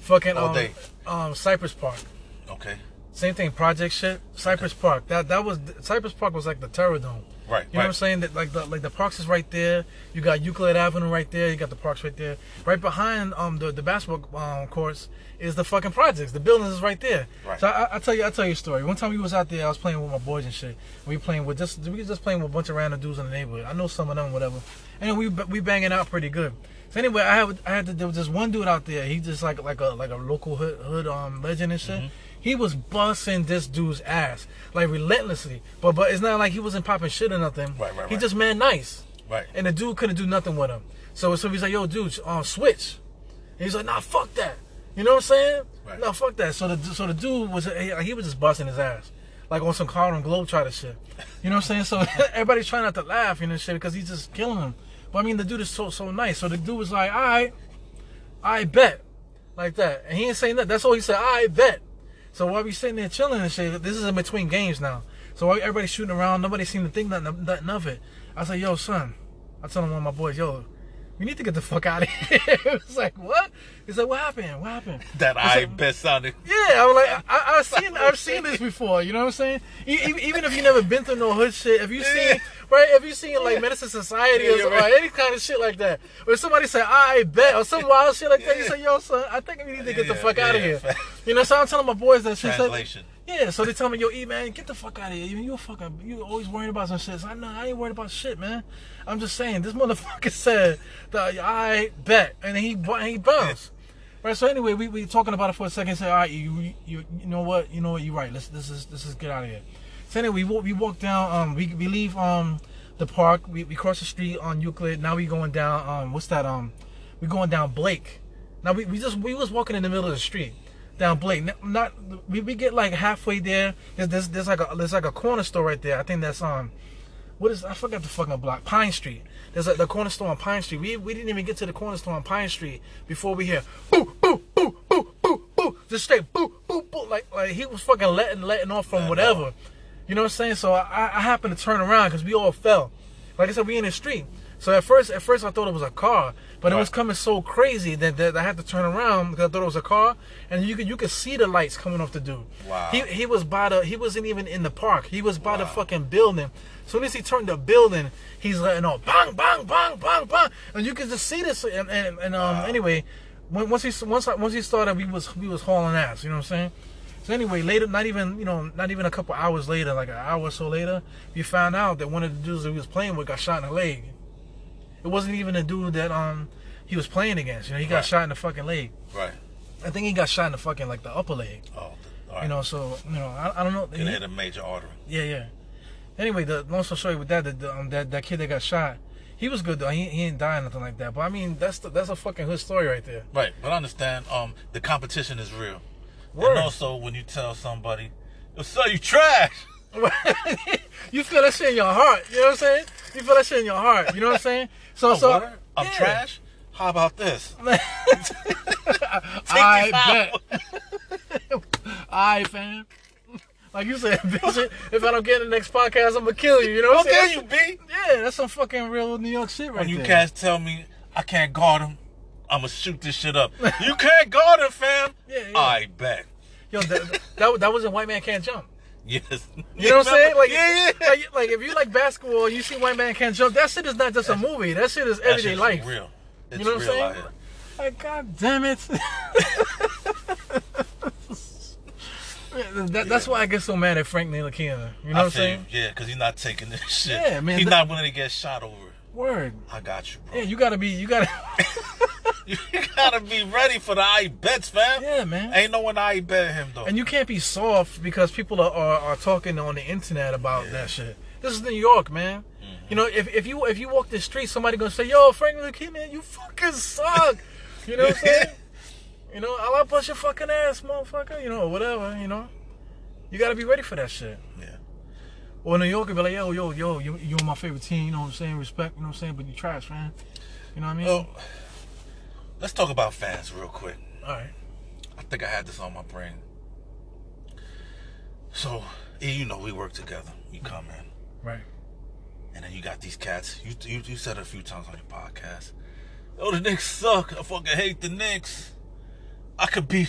Speaker 1: Fucking
Speaker 2: All
Speaker 1: um,
Speaker 2: day.
Speaker 1: um Cypress Park.
Speaker 2: Okay.
Speaker 1: Same thing, Project shit. Cypress Park. That that was Cypress Park was like the Terror Dome.
Speaker 2: Right,
Speaker 1: You know what I'm
Speaker 2: right.
Speaker 1: saying? That like the like the parks is right there. You got Euclid Avenue right there. You got the parks right there. Right behind um the, the basketball um, courts is the fucking projects. The buildings is right there.
Speaker 2: Right.
Speaker 1: So I, I, I tell you I tell you a story. One time we was out there, I was playing with my boys and shit. We playing with just we was just playing with a bunch of random dudes in the neighborhood. I know some of them, whatever. And we we banging out pretty good. So anyway, I had I had to, there was this one dude out there. He just like like a like a local hood, hood um legend and shit.
Speaker 2: Mm-hmm.
Speaker 1: He was busting this dude's ass like relentlessly. But but it's not like he wasn't popping shit or nothing.
Speaker 2: Right, right,
Speaker 1: He
Speaker 2: right.
Speaker 1: just man nice.
Speaker 2: Right.
Speaker 1: And the dude couldn't do nothing with him. So so he's like, yo, dude, um, switch. And he's like, nah, fuck that. You know what I'm saying?
Speaker 2: Right.
Speaker 1: Nah, fuck that. So the so the dude was he, he was just busting his ass, like on some Harlem Globetrotter shit. You know what I'm saying? So (laughs) everybody's trying not to laugh, you know, shit, because he's just killing him. But I mean, the dude is so so nice. So the dude was like, all right, I bet, like that, and he ain't saying that. That's all he said. I bet. So while we sitting there chilling and shit, this is in between games now. So while everybody's shooting around, nobody seemed to think nothing, nothing of it. I said, yo, son, I told him one of my boys, yo, we need to get the fuck out of (laughs) here. it was like, what? He's like, what happened? What happened?
Speaker 2: That
Speaker 1: It's
Speaker 2: I
Speaker 1: like-
Speaker 2: bet sounded
Speaker 1: Yeah, I'm like, I, I- I've seen, I've seen this before. You know what I'm saying? E- e- Even if you never been through no hood shit, if you
Speaker 2: Yeah.
Speaker 1: seen, right? If you seen like Medicine Society
Speaker 2: Yeah,
Speaker 1: or,
Speaker 2: you're right.
Speaker 1: or any kind of shit like that, or somebody say, I bet, or some wild shit like that, you
Speaker 2: Yeah.
Speaker 1: say, yo, son, I think we need to get the
Speaker 2: Yeah,
Speaker 1: fuck out of
Speaker 2: yeah.
Speaker 1: here. (laughs) You know, so I'm telling my boys that shit. So,
Speaker 2: translation.
Speaker 1: yeah, so they tell me, yo, E man, get the fuck out of here. You, you a fucking, you always worrying about some shit. So I know, I ain't worried about shit, man. I'm just saying, this motherfucker (laughs) said that I bet, and he bu- he bounced. Right. So anyway, we we talking about it for a second. Say, all right, you you you you know what? You know what? You're right. Let's this is this is get out of here. So anyway, we walk, we walk down. Um, we we leave um the park. We we cross the street on Euclid. Now we going down. Um, what's that? Um, we going down Blake. Now we, we just we was walking in the middle of the street down Blake. N- Not we, we get like halfway there. There's there's there's like a there's like a corner store right there. I think that's um what is I forgot the fucking block Pine Street. There's like the corner store on Pine Street. We we didn't even get to the corner store on Pine Street before we hear boo boo boo boo boo boo just straight boo boo boo like like he was fucking letting letting off from whatever, you know what I'm saying? So I I happened to turn around because we all fell. Like I said, we in the street. So at first, at first I thought it was a car, but it
Speaker 2: Right.
Speaker 1: was coming so crazy that, that I had to turn around because I thought it was a car, and you could you could see the lights coming off the dude.
Speaker 2: Wow.
Speaker 1: He he was by the he wasn't even in the park. He was by the
Speaker 2: Wow.
Speaker 1: fucking building. soon as he turned the building, he's letting off bang bang bang bang bang, and you could just see this. And and, and um anyway, when, once he once I- once he started, we was we was hauling ass. You know what I'm saying? So anyway, later, not even you know, not even a couple hours later, like an hour or so later, we found out that one of the dudes that we was playing with got shot in the leg. It wasn't even a dude that um he was playing against. You know, he got
Speaker 2: Right.
Speaker 1: shot in the fucking leg.
Speaker 2: Right.
Speaker 1: I think he got shot in the fucking like the upper leg.
Speaker 2: Oh, all right.
Speaker 1: You know, so you know, I, I don't know.
Speaker 2: and hit a major artery.
Speaker 1: Yeah, yeah. Anyway, the long story short with that, the, the, um, that that kid that got shot, he was good though. He, he didn't die or nothing like that. But I mean, that's the, that's a fucking hood story right there. (laughs)
Speaker 2: Right, but I understand. Um, the competition is real,
Speaker 1: Word.
Speaker 2: and also when you tell somebody, "Yo, son, you trash,"
Speaker 1: you feel that shit in your heart. You know what I'm saying? You feel that shit in your heart. You know what I'm saying? So,
Speaker 2: Oh,
Speaker 1: (laughs) so
Speaker 2: what? I'm
Speaker 1: yeah.
Speaker 2: trash. How about this?
Speaker 1: I
Speaker 2: this out.
Speaker 1: (laughs) bet. All right, fam. Like you said, (laughs) bitch, if I don't get in the next podcast, I'm gonna kill you. You know what I'm
Speaker 2: Okay,
Speaker 1: saying?
Speaker 2: you B.
Speaker 1: Yeah, that's some fucking real New York shit right
Speaker 2: When you
Speaker 1: there.
Speaker 2: cats tell me I can't guard him, I'ma shoot this shit
Speaker 1: (laughs)
Speaker 2: up. you can't guard him, fam.
Speaker 1: Yeah, yeah.
Speaker 2: I bet. (laughs)
Speaker 1: Yo, that, that, that was in White Man Can't Jump.
Speaker 2: Yes. (laughs)
Speaker 1: You know what I'm saying? Like,
Speaker 2: yeah, yeah.
Speaker 1: Like, like, if you like basketball, you see White Man Can't Jump. That shit is not just a movie. That shit is
Speaker 2: That
Speaker 1: everyday
Speaker 2: shit's
Speaker 1: life.
Speaker 2: Real. It's
Speaker 1: You know what I'm
Speaker 2: real out
Speaker 1: saying?
Speaker 2: here.
Speaker 1: Like, god damn it. (laughs) that, that's why I get so mad at Frank Ntilikina. You know what
Speaker 2: I
Speaker 1: I'm
Speaker 2: feel
Speaker 1: saying?
Speaker 2: you. Yeah, because he's not taking this (laughs) shit.
Speaker 1: Yeah, man,
Speaker 2: He's
Speaker 1: that-
Speaker 2: not willing to get shot over.
Speaker 1: Word.
Speaker 2: I got you, bro.
Speaker 1: Yeah, you gotta be. You gotta. (laughs)
Speaker 2: You gotta be ready for the I bets, fam.
Speaker 1: Yeah, man.
Speaker 2: Ain't no one I bet him though.
Speaker 1: And you can't be soft because people are, are, are talking on the internet about that shit. This is New York, man.
Speaker 2: Mm-hmm.
Speaker 1: You know, if, if you if you walk the street, somebody gonna say, "Yo, Frank Ntilikina, man, you fucking suck." you
Speaker 2: (laughs)
Speaker 1: know what I'm saying? You know, Allah bless your fucking ass, motherfucker. You know, or whatever. You know, you gotta be ready for that shit.
Speaker 2: yeah.
Speaker 1: Or New York would be like, "Yo, yo, yo, you you on my favorite team. You know what I'm saying? Respect. You know what I'm saying? But you trash, man. You know what I mean?
Speaker 2: Well, let's talk about fans real quick.
Speaker 1: All right.
Speaker 2: I think I had this on my brain. So, yeah, you know, we work together. You come in,
Speaker 1: Right.
Speaker 2: and then you got these cats. You you, you said it a few times on your podcast. Oh, the Knicks suck. I fucking hate the Knicks. I could be,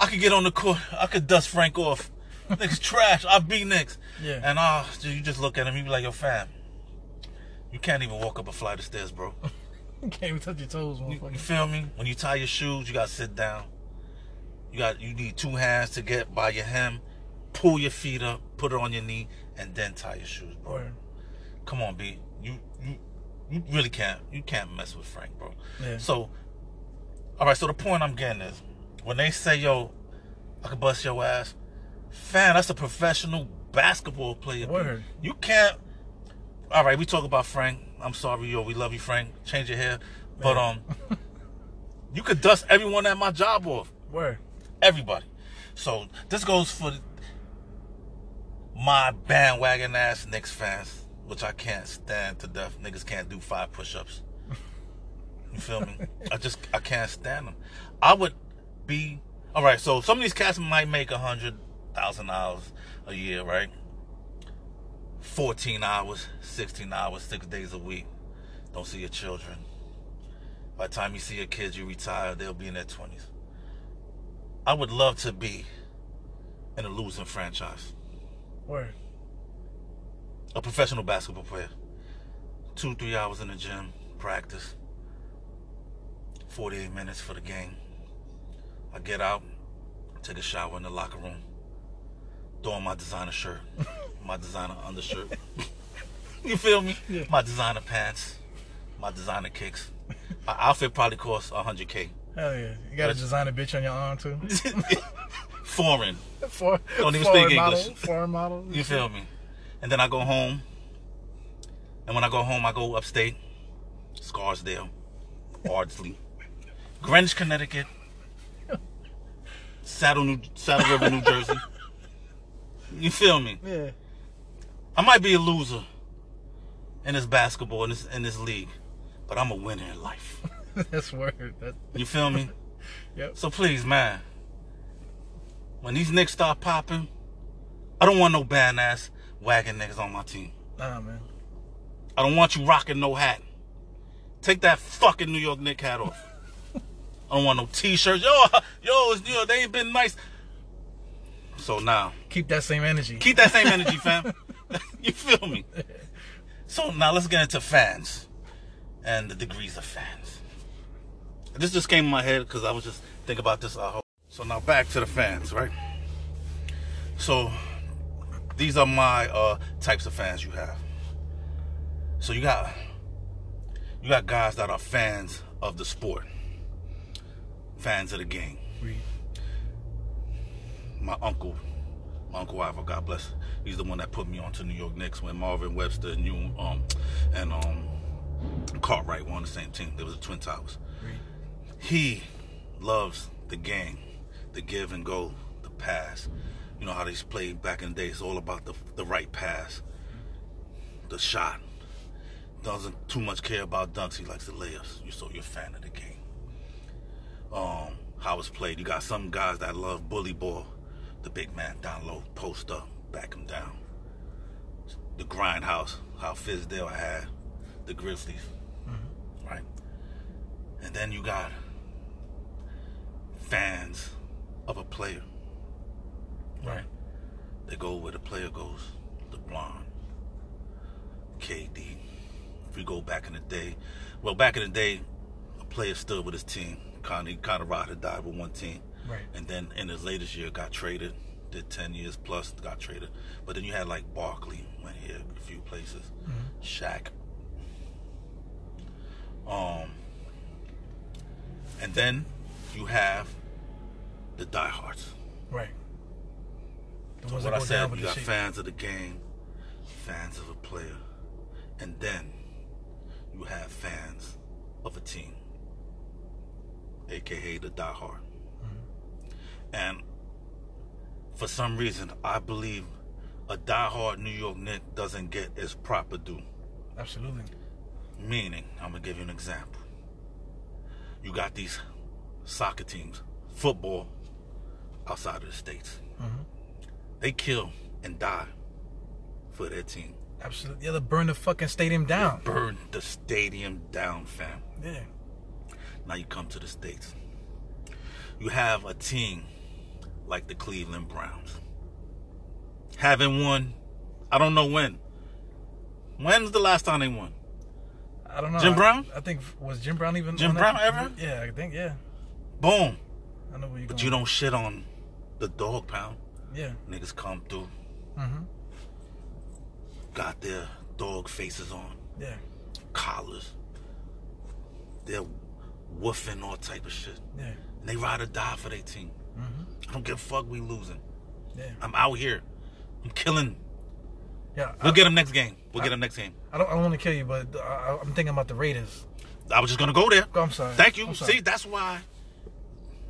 Speaker 2: I could get on the court. I could dust Frank off.
Speaker 1: (laughs)
Speaker 2: Knicks trash. I beat Knicks.
Speaker 1: Yeah.
Speaker 2: And ah, you just look at him. You be like, yo, fam. You can't even walk up a flight of stairs,
Speaker 1: (laughs)
Speaker 2: bro.
Speaker 1: (laughs) You can't even touch your toes,
Speaker 2: You, you
Speaker 1: motherfucker.
Speaker 2: feel me? When you tie your shoes, you gotta sit down. You got you need two hands to get by your hem. Pull your feet up, put it on your knee, and then tie your shoes, bro.
Speaker 1: Word.
Speaker 2: Come on, B. You you you really can't you can't mess with Frank, bro.
Speaker 1: Yeah.
Speaker 2: So, all right. So the point I'm getting is, when they say yo, I could bust your ass, fan. That's a professional basketball player. B.
Speaker 1: Word.
Speaker 2: You can't. All right, we talk about Frank. I'm sorry, yo. We love you, Frank. Change your hair, but um, you could dust everyone at my job off.
Speaker 1: Word.
Speaker 2: Everybody. So this goes for my bandwagon ass Knicks fans, which I can't stand to death. Niggas can't do five push-ups. You feel me? I just I can't stand them. I would be all right. So some of these cats might make a hundred thousand dollars a year, right? Fourteen hours, sixteen hours, six days a week. Don't see your children. By the time you see your kids, you retire. They'll be in their twenties. I would love to be in a losing franchise,
Speaker 1: Word.
Speaker 2: a professional basketball player. Two, three hours in the gym, practice, 48 minutes for the game. I get out, take a shower in the locker room, throw on my designer shirt, my designer undershirt. (laughs) you feel me?
Speaker 1: Yeah.
Speaker 2: My designer pants, my designer kicks. My outfit probably costs 100K.
Speaker 1: Hell yeah. You got a
Speaker 2: That's-
Speaker 1: designer bitch on your arm
Speaker 2: (laughs)
Speaker 1: too. (laughs)
Speaker 2: Foreign.
Speaker 1: For,
Speaker 2: Don't even
Speaker 1: foreign
Speaker 2: speak
Speaker 1: model,
Speaker 2: English.
Speaker 1: Foreign
Speaker 2: (laughs)
Speaker 1: model.
Speaker 2: You feel me? And then I go home. And when I go home, I go upstate, Scarsdale, Ardsley, Greenwich, Connecticut, Saddle, New, Saddle River, New Jersey. You feel me?
Speaker 1: Yeah. (laughs)
Speaker 2: I might be a loser in this basketball, in this, in this league, but I'm a winner in life.
Speaker 1: That's word. That,
Speaker 2: You feel me?
Speaker 1: Yep.
Speaker 2: So please, man, when these niggas start popping, I don't want no bad ass wagging niggas on my team.
Speaker 1: nah, man.
Speaker 2: I don't want you rocking no hat. Take that fucking New York Nick hat off. I don't want no t-shirts. Yo, (laughs) yo, it's New York. They ain't been nice. So now,
Speaker 1: Keep that same energy.
Speaker 2: keep that same energy, fam. (laughs) you feel me? So now let's get into fans and the degrees of fans. This just came in my head because I was just thinking about this. Uh, so now back to the fans, right? So these are my uh, types of fans you have. So you got you got guys that are fans of the sport, fans of the game
Speaker 1: Read.
Speaker 2: my uncle, my uncle Ivor, God bless. He's the one that put me on to New York Knicks when Marvin Webster and you um and um Cartwright were on the same team. They was the Twin Towers.
Speaker 1: Read.
Speaker 2: He loves the game, the give and go, the pass. You know how they used to play back in the day. It's all about the the right pass, the shot. Doesn't too much care about dunks. He likes the layups. You so you're a fan of the game. Um, how it's played. You got some guys that love bully ball, the big man down low, post up, back him down. The grindhouse, how Fizdale had, the Grizzlies, right. And then you got fans of a player. Right. They go where the player goes. LeBron, KD. If we go back in the day, well, back in the day, a player stood with his team. Kind of, kind of ride or died with one team.
Speaker 1: Right.
Speaker 2: And then in his latest year, got traded. Did 10 years plus, got traded. But then you had like Barkley went here a few places. Shaq. Um, and then you have the diehards.
Speaker 1: Right. The
Speaker 2: So
Speaker 1: ones
Speaker 2: what
Speaker 1: that
Speaker 2: I
Speaker 1: go
Speaker 2: said,
Speaker 1: down
Speaker 2: you
Speaker 1: with the
Speaker 2: got
Speaker 1: shit.
Speaker 2: fans of the game, fans of a player, and then you have fans of a team, aka the diehard. Hard.
Speaker 1: Mm-hmm.
Speaker 2: And for some reason, I believe a diehard New York Knick doesn't get its proper due.
Speaker 1: Absolutely.
Speaker 2: Meaning, I'm gonna give you an example. You got these soccer teams, football, outside of the states.
Speaker 1: Mhm.
Speaker 2: They kill and die for their team.
Speaker 1: Absolutely. Yeah, they burn the fucking stadium down.
Speaker 2: Burn the stadium down, fam.
Speaker 1: Yeah.
Speaker 2: Now you come to the states. You have a team like the Cleveland Browns. Haven't won. I don't know when. When's the last time they won?
Speaker 1: I don't know.
Speaker 2: Jim
Speaker 1: I-
Speaker 2: Brown?
Speaker 1: I, think was Jim Brown even
Speaker 2: Jim
Speaker 1: on that?
Speaker 2: Brown ever?
Speaker 1: Yeah, I think yeah.
Speaker 2: Boom.
Speaker 1: I know where you're
Speaker 2: But
Speaker 1: going.
Speaker 2: you don't shit on the dog pound.
Speaker 1: Yeah.
Speaker 2: Niggas come through,
Speaker 1: Mm-hmm.
Speaker 2: got their dog faces on,
Speaker 1: Yeah.
Speaker 2: collars. They're woofing all type of shit.
Speaker 1: Yeah. Mm-hmm.
Speaker 2: And they ride or die for their team. I don't give a fuck we losing.
Speaker 1: Yeah.
Speaker 2: I'm out here. I'm killing.
Speaker 1: Yeah.
Speaker 2: We'll
Speaker 1: I,
Speaker 2: get them next game. We'll get them next game.
Speaker 1: I don't. I don't want to kill you, but I, I- I'm thinking about the Raiders.
Speaker 2: I was just gonna go there.
Speaker 1: Oh, I'm sorry.
Speaker 2: Thank you.
Speaker 1: I'm sorry.
Speaker 2: See, that's why.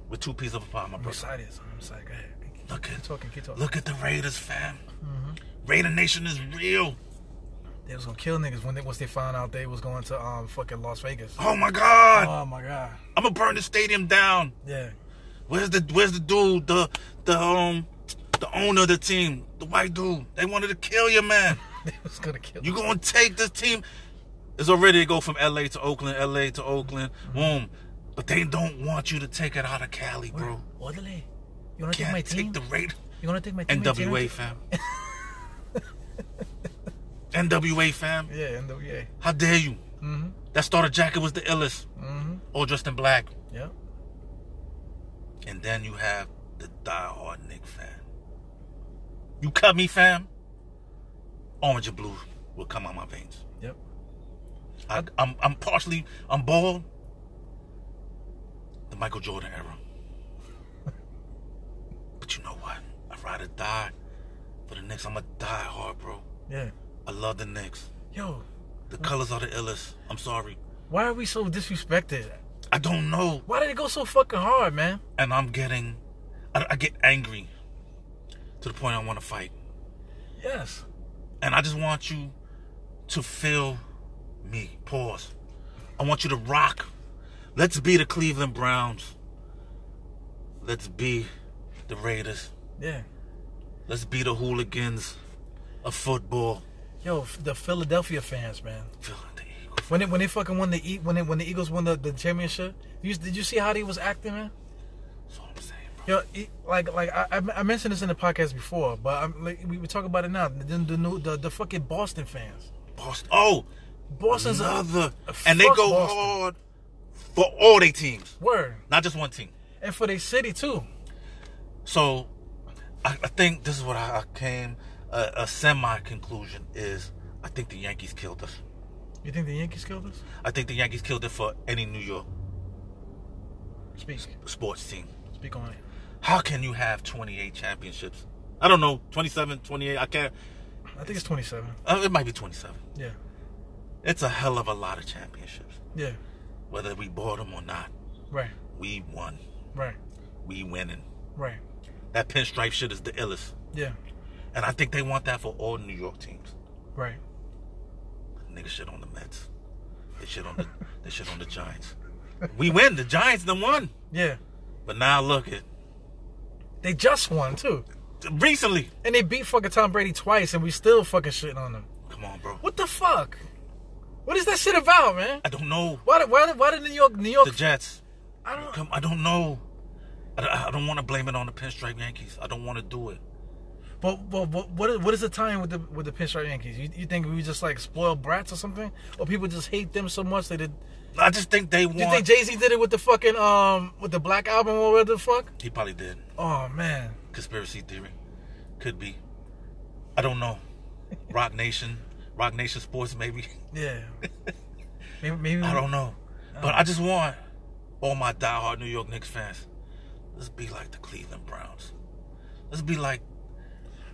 Speaker 2: With two pieces of a pie, my
Speaker 1: I'm
Speaker 2: brother.
Speaker 1: excited. so I'm excited. Go ahead. Keep-
Speaker 2: Look
Speaker 1: Keep
Speaker 2: at
Speaker 1: talking. Keep talking.
Speaker 2: look at the Raiders, fam.
Speaker 1: Mm-hmm.
Speaker 2: Raider Nation is real.
Speaker 1: They was gonna kill niggas when they once they found out they was going to um fucking Las Vegas.
Speaker 2: Oh my God!
Speaker 1: Oh my god.
Speaker 2: I'm gonna burn the stadium down.
Speaker 1: Yeah. (laughs)
Speaker 2: Where's the Where's the dude? The the um the owner of the team, the white dude. They wanted to kill your man.
Speaker 1: They was gonna kill.
Speaker 2: You gonna take this team? It's already go from L.A. to Oakland, L.A. to Oakland.
Speaker 1: Mm-hmm.
Speaker 2: Boom. But they don't want you to take it out of Cali, bro.
Speaker 1: Orderly. You wanna take
Speaker 2: Can't
Speaker 1: my
Speaker 2: take
Speaker 1: team?
Speaker 2: the Raiders.
Speaker 1: You wanna take my team?
Speaker 2: NWA
Speaker 1: (laughs)
Speaker 2: fam. NWA fam.
Speaker 1: Yeah. NWA.
Speaker 2: How dare you?
Speaker 1: Mm-hmm.
Speaker 2: That starter jacket was the illest.
Speaker 1: Mm-hmm.
Speaker 2: All dressed in black.
Speaker 1: Yeah.
Speaker 2: And then you have the diehard Nick fan. You cut me, fam. Orange and blue will come out my veins.
Speaker 1: Yep.
Speaker 2: I, I'm, I'm partially, I'm bald. The Michael Jordan era. (laughs) but you know what? I'd rather die for the Knicks. I'm a diehard, bro.
Speaker 1: Yeah.
Speaker 2: I love the Knicks.
Speaker 1: Yo,
Speaker 2: The colors are the illest. I'm sorry.
Speaker 1: why are we so disrespected?
Speaker 2: I don't know.
Speaker 1: Why did it go so fucking hard, man?
Speaker 2: And I'm getting, I, I get angry to the point I want to fight.
Speaker 1: Yes.
Speaker 2: And I just want you to feel me. Pause. I want you to rock. Let's be the Cleveland Browns. Let's be the Raiders.
Speaker 1: Yeah.
Speaker 2: Let's be the hooligans of football.
Speaker 1: Yo, f- the Philadelphia fans, man.
Speaker 2: Feeling the Eagles.
Speaker 1: when it, when they fucking won the E- when it, when the Eagles won the, the championship, you, did you see how they was acting, man?
Speaker 2: That's what I'm saying, bro.
Speaker 1: Yo, it- like like I, I I mentioned this in the podcast before, but I'm, like, we were talking about it now. The the, new, the the fucking Boston fans,
Speaker 2: Boston. Oh,
Speaker 1: Boston's a
Speaker 2: another.
Speaker 1: a
Speaker 2: And they
Speaker 1: fuck
Speaker 2: go
Speaker 1: Boston.
Speaker 2: hard for all their teams,
Speaker 1: word,
Speaker 2: not just one team.
Speaker 1: and for their city too.
Speaker 2: So, I, I think this is what I, I came a, a semi conclusion is. I think the Yankees killed us.
Speaker 1: You think the Yankees killed us?
Speaker 2: I think the Yankees killed it for any New York
Speaker 1: Speak,
Speaker 2: sports team.
Speaker 1: speak on it.
Speaker 2: How can you have 28 championships? I don't know, 27, 28. I can't.
Speaker 1: I think it's 27.
Speaker 2: Uh, it might be 27.
Speaker 1: Yeah,
Speaker 2: It's a hell of a lot of championships.
Speaker 1: yeah,
Speaker 2: Whether we bought them or not,
Speaker 1: right,
Speaker 2: we won.
Speaker 1: right,
Speaker 2: We winning.
Speaker 1: right.
Speaker 2: That pinstripe shit is the illest.
Speaker 1: Yeah,
Speaker 2: And I think they want that for all New York teams.
Speaker 1: right.
Speaker 2: Nigga shit on the Mets. They shit on the they shit on the Giants. We win. The Giants done won.
Speaker 1: Yeah,
Speaker 2: But now look at
Speaker 1: they just won too,
Speaker 2: recently.
Speaker 1: and they beat fucking Tom Brady twice, and we still fucking shitting on them.
Speaker 2: Come on, bro.
Speaker 1: What the fuck? What is that shit about, man?
Speaker 2: I don't know.
Speaker 1: Why? did- Why? did- Why did New York? New York?
Speaker 2: The Jets.
Speaker 1: I don't.
Speaker 2: Come, I don't know. I, I don't want to blame it on the pinstripe Yankees. I don't want to do it.
Speaker 1: But, but, but what is, what is the time with the with the pinstripe Yankees? You, you think we just like spoiled brats or something, or people just hate them so much they did?
Speaker 2: I just think they
Speaker 1: Do you
Speaker 2: want.
Speaker 1: think Jay Z did it with the fucking um with the Black album or whatever the fuck?
Speaker 2: he probably did.
Speaker 1: Oh man,
Speaker 2: Conspiracy theory, could be. I don't know. Rock Nation, Rock Nation Sports, maybe. (laughs)
Speaker 1: yeah. maybe maybe
Speaker 2: I don't know. But I just want all my diehard New York Knicks fans. Let's be like the Cleveland Browns. Let's be like.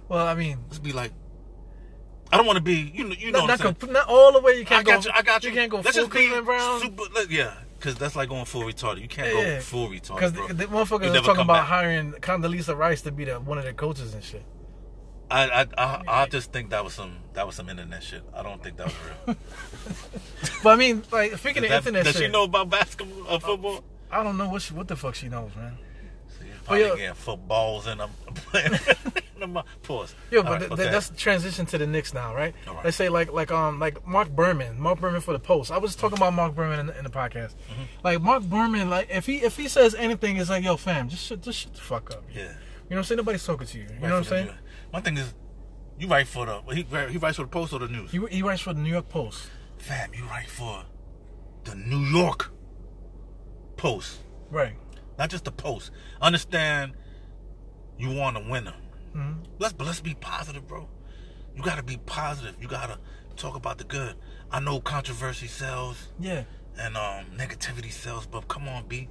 Speaker 1: Well, I mean,
Speaker 2: Let's be like. I don't want to be. You know. You know.
Speaker 1: not, not,
Speaker 2: what I'm saying.
Speaker 1: comp- not all the way. You can't
Speaker 2: I got
Speaker 1: go.
Speaker 2: you. I got you.
Speaker 1: can't go
Speaker 2: Let's
Speaker 1: full
Speaker 2: just be
Speaker 1: Cleveland Browns.
Speaker 2: Super, let- yeah, because that's like going full retarded. You can't
Speaker 1: Yeah.
Speaker 2: go full retarded.
Speaker 1: Because
Speaker 2: bro.
Speaker 1: the, the
Speaker 2: You
Speaker 1: motherfuckers are
Speaker 2: never
Speaker 1: talking
Speaker 2: come
Speaker 1: about
Speaker 2: back.
Speaker 1: hiring Condoleezza Rice to be the, one of their coaches and
Speaker 2: (laughs)
Speaker 1: shit.
Speaker 2: I, I I I just think that was some that was some internet shit. I don't think that was
Speaker 1: (laughs)
Speaker 2: real.
Speaker 1: But I mean, like speaking of
Speaker 2: That-
Speaker 1: internet
Speaker 2: does
Speaker 1: shit, Oh.
Speaker 2: she know about basketball, uh, football?
Speaker 1: I don't know what she, what the fuck she knows, man.
Speaker 2: So you're probably
Speaker 1: yo-
Speaker 2: getting footballs (laughs) and I'm playing.
Speaker 1: (laughs)
Speaker 2: in my- Pause.
Speaker 1: Yeah,
Speaker 2: All
Speaker 1: but
Speaker 2: right,
Speaker 1: th-
Speaker 2: okay.
Speaker 1: th- that's the transition to the Knicks now, right?
Speaker 2: All right.
Speaker 1: Let's say like like um like Mark Berman, Mark Berman for the Post. I was talking about Mark Berman in, the- in the podcast.
Speaker 2: Mm-hmm.
Speaker 1: Like Mark Berman, like if he if he says anything, it's like yo fam, just shut just shut the fuck up.
Speaker 2: yeah.
Speaker 1: You know what I'm saying? Nobody's talking to you. You know what I'm saying?
Speaker 2: My thing is, you write for the he he writes for the Post or the News.
Speaker 1: He, he writes for the New York Post.
Speaker 2: Fam, you write for the New York Post.
Speaker 1: Right.
Speaker 2: not just the post. Understand, you want a winner.
Speaker 1: Mm-hmm.
Speaker 2: Let's but let's be positive, bro. You gotta be positive. You gotta talk about the good. I know controversy sells
Speaker 1: Yeah.
Speaker 2: and um, negativity sells, but come on, B.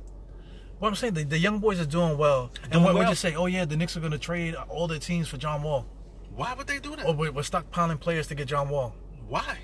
Speaker 1: What I'm saying, the, the young boys are doing well.
Speaker 2: Doing
Speaker 1: and what would
Speaker 2: well.
Speaker 1: you say? Oh yeah, the Knicks are going to trade all their teams for John Wall.
Speaker 2: Why would they do that?
Speaker 1: Or we're, we're stockpiling players to get John Wall.
Speaker 2: Why?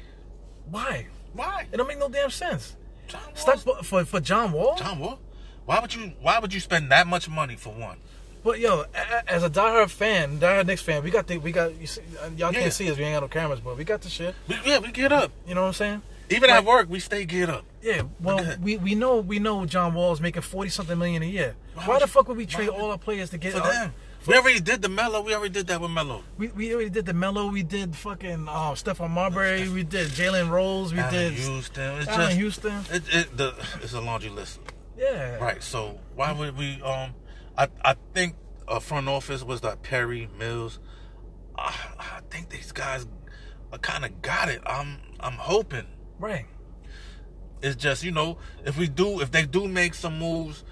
Speaker 1: Why?
Speaker 2: Why?
Speaker 1: It don't make no damn sense.
Speaker 2: John Wall.
Speaker 1: Stock for for John Wall.
Speaker 2: John Wall. Why would you? Why would you spend that much money for one?
Speaker 1: But yo, a- a- as a diehard fan, diehard Knicks fan, we got the we got you see, uh, y'all
Speaker 2: Yeah.
Speaker 1: can't see us. We ain't got no cameras, but we got the shit.
Speaker 2: We, yeah, we get up.
Speaker 1: You know what I'm saying?
Speaker 2: Even at
Speaker 1: Like-
Speaker 2: work, we stay get up.
Speaker 1: Yeah. Well,
Speaker 2: Okay.
Speaker 1: we, we know we know John Wall's making forty something million a year.
Speaker 2: Why
Speaker 1: Why,
Speaker 2: would
Speaker 1: the
Speaker 2: you-
Speaker 1: fuck would we
Speaker 2: why
Speaker 1: trade
Speaker 2: would-
Speaker 1: all our players to get?
Speaker 2: For
Speaker 1: uh,
Speaker 2: them, we already did the Mello. We already did that with Mello.
Speaker 1: we, we already did the Mello, we did fucking uh, Stephon Marbury, we did Jalen Rose, we
Speaker 2: Allen
Speaker 1: did
Speaker 2: Houston. It's
Speaker 1: Allen
Speaker 2: just
Speaker 1: Houston.
Speaker 2: It, it, the, it's a laundry list.
Speaker 1: Yeah.
Speaker 2: Right. So why would we? Um, I I think a front office was that Perry Mills. I, I think these guys kind of got it. I'm I'm hoping.
Speaker 1: Right.
Speaker 2: It's just you know if we do if they do make some moves,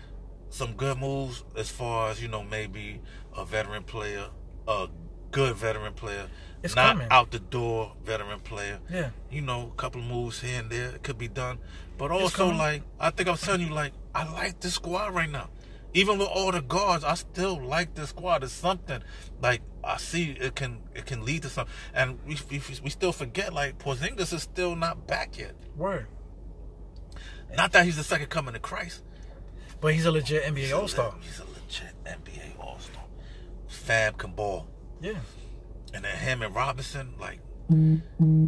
Speaker 2: some good moves as far as you know maybe a veteran player, a good veteran player,
Speaker 1: It's
Speaker 2: not
Speaker 1: coming.
Speaker 2: out the door veteran player.
Speaker 1: Yeah.
Speaker 2: You know, a couple moves here and there it could be done, but also
Speaker 1: coming.
Speaker 2: like I think I'm telling you like I like this squad right now. Even with all the guards, I still like this squad. It's something like I see it can it can lead to something, and we, we, we still forget like Porzingis is still not back yet.
Speaker 1: Word.
Speaker 2: Not that he's the second coming to Christ.
Speaker 1: But he's a legit
Speaker 2: He's
Speaker 1: NBA
Speaker 2: a
Speaker 1: All Star.
Speaker 2: le- He's a legit NBA All Star. Fab can ball,
Speaker 1: Yeah.
Speaker 2: and then him and Robinson, like,
Speaker 1: Mm-hmm.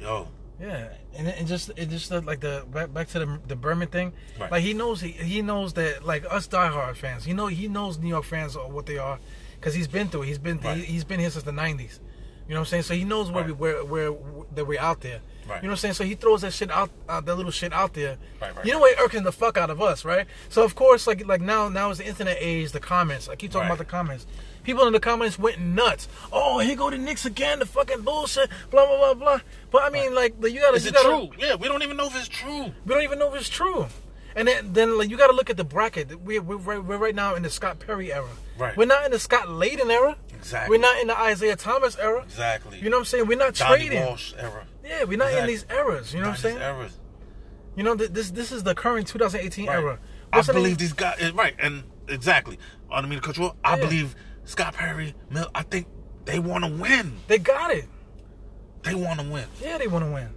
Speaker 2: yo,
Speaker 1: Yeah. And and just it just looked like the back, back to the the Berman thing.
Speaker 2: Right.
Speaker 1: Like he knows he, he knows that like us diehard fans. You know he knows New York fans are what they are, because he's been through. it. He's been
Speaker 2: Right.
Speaker 1: he, has been here since the '90s. You You know what I'm saying? So he knows where
Speaker 2: Right.
Speaker 1: we where, where that we're out there.
Speaker 2: Right.
Speaker 1: You know what I'm saying? So he throws that shit out, uh, that little shit out there.
Speaker 2: Right, right,
Speaker 1: You know what irking the fuck out of us, right? So of course, like like now now is the internet age, the comments. I keep talking
Speaker 2: Right.
Speaker 1: about the comments. People in the comments went nuts. Oh, here go the Knicks again, the fucking bullshit, blah blah blah blah. But I mean, like, you gotta.
Speaker 2: Is
Speaker 1: you
Speaker 2: it
Speaker 1: gotta,
Speaker 2: true? Yeah, we don't even know if it's true.
Speaker 1: we don't even know if it's true. And then, then like, you got to look at the bracket. We're, we're, right, we're right now in the Scott Perry era.
Speaker 2: Right.
Speaker 1: We're not in the Scott Layden era.
Speaker 2: Exactly.
Speaker 1: We're not in the Isaiah Thomas era.
Speaker 2: Exactly.
Speaker 1: You know what I'm saying? We're not
Speaker 2: Donnie
Speaker 1: trading.
Speaker 2: Walsh era.
Speaker 1: Yeah, we're not in
Speaker 2: Exactly.
Speaker 1: these eras. You know what I'm
Speaker 2: Donnie's
Speaker 1: saying?
Speaker 2: Eras.
Speaker 1: You know, th- this this is the current 2018
Speaker 2: Right.
Speaker 1: era.
Speaker 2: I
Speaker 1: What's the
Speaker 2: believe
Speaker 1: name?
Speaker 2: these guys. eh, Right, and exactly. I don't mean to cut you off. I
Speaker 1: Yeah.
Speaker 2: believe Scott Perry, Mill. I think they want to win.
Speaker 1: they got it.
Speaker 2: They want to win.
Speaker 1: Yeah, they want to win.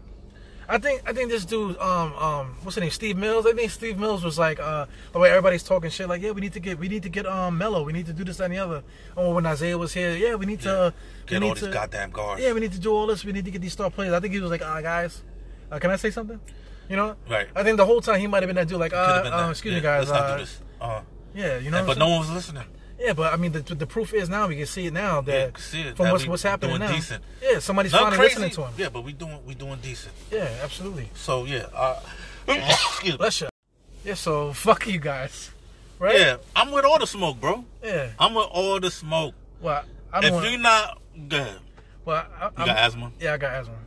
Speaker 1: I think I think this dude, um, um, what's his name, Steve Mills. I think Steve Mills was like, uh, the way everybody's talking shit, like, yeah, we need to get, we need to get, um, Mello. We need to do this that, and the other. Or when Isaiah was here, yeah, we need to uh, we
Speaker 2: Get
Speaker 1: need
Speaker 2: all these
Speaker 1: to-
Speaker 2: goddamn guards.
Speaker 1: Yeah, we need to do all this. We need to get these star players. I think he was like, uh, guys, uh, can I say something? You know,
Speaker 2: Right.
Speaker 1: I think the whole time he might have been that dude, like,
Speaker 2: Coulda
Speaker 1: uh,
Speaker 2: been
Speaker 1: uh,
Speaker 2: that.
Speaker 1: excuse
Speaker 2: Yeah,
Speaker 1: me, guys.
Speaker 2: Let's not
Speaker 1: uh,
Speaker 2: do this. Uh,
Speaker 1: Yeah, you know.
Speaker 2: and-
Speaker 1: what
Speaker 2: but
Speaker 1: I'm
Speaker 2: no
Speaker 1: saying?
Speaker 2: one was listening.
Speaker 1: Yeah, but I mean, the, the proof is now we can see it now that
Speaker 2: Yeah, see it,
Speaker 1: from
Speaker 2: that
Speaker 1: what's
Speaker 2: we
Speaker 1: what's happening
Speaker 2: doing
Speaker 1: now.
Speaker 2: decent.
Speaker 1: Yeah, somebody's
Speaker 2: Not
Speaker 1: finally
Speaker 2: crazy.
Speaker 1: listening to him.
Speaker 2: Yeah, but we doing we doing decent.
Speaker 1: Yeah, absolutely.
Speaker 2: So yeah, uh, (coughs) excuse me.
Speaker 1: Bless you. Yeah, so fuck you guys, right?
Speaker 2: (coughs) yeah, I'm with all the smoke, bro.
Speaker 1: Yeah.
Speaker 2: I'm with all the smoke.
Speaker 1: Well, I
Speaker 2: if
Speaker 1: don't. Want,
Speaker 2: you're not good,
Speaker 1: well, I,
Speaker 2: you
Speaker 1: I'm,
Speaker 2: got asthma.
Speaker 1: yeah, I got asthma.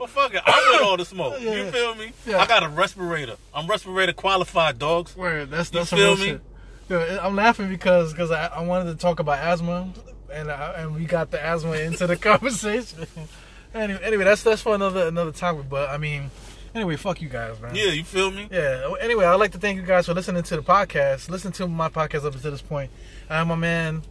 Speaker 2: Well, fuck it. I'm with all the smoke. You
Speaker 1: (coughs) Yeah.
Speaker 2: feel me?
Speaker 1: Yeah.
Speaker 2: I got a respirator. I'm respirator qualified, dogs.
Speaker 1: Word, that's that's real
Speaker 2: feel me?
Speaker 1: shit. Yo, I'm laughing because because I, I wanted to talk about asthma, and I, and we got the asthma into the (laughs) conversation. anyway, anyway, that's that's for another another topic. But I mean, anyway, fuck you guys, man.
Speaker 2: Yeah, you feel me?
Speaker 1: Yeah. Anyway, I'd like to thank you guys for listening to the podcast. Listen to my podcast up until this point. I'm a man.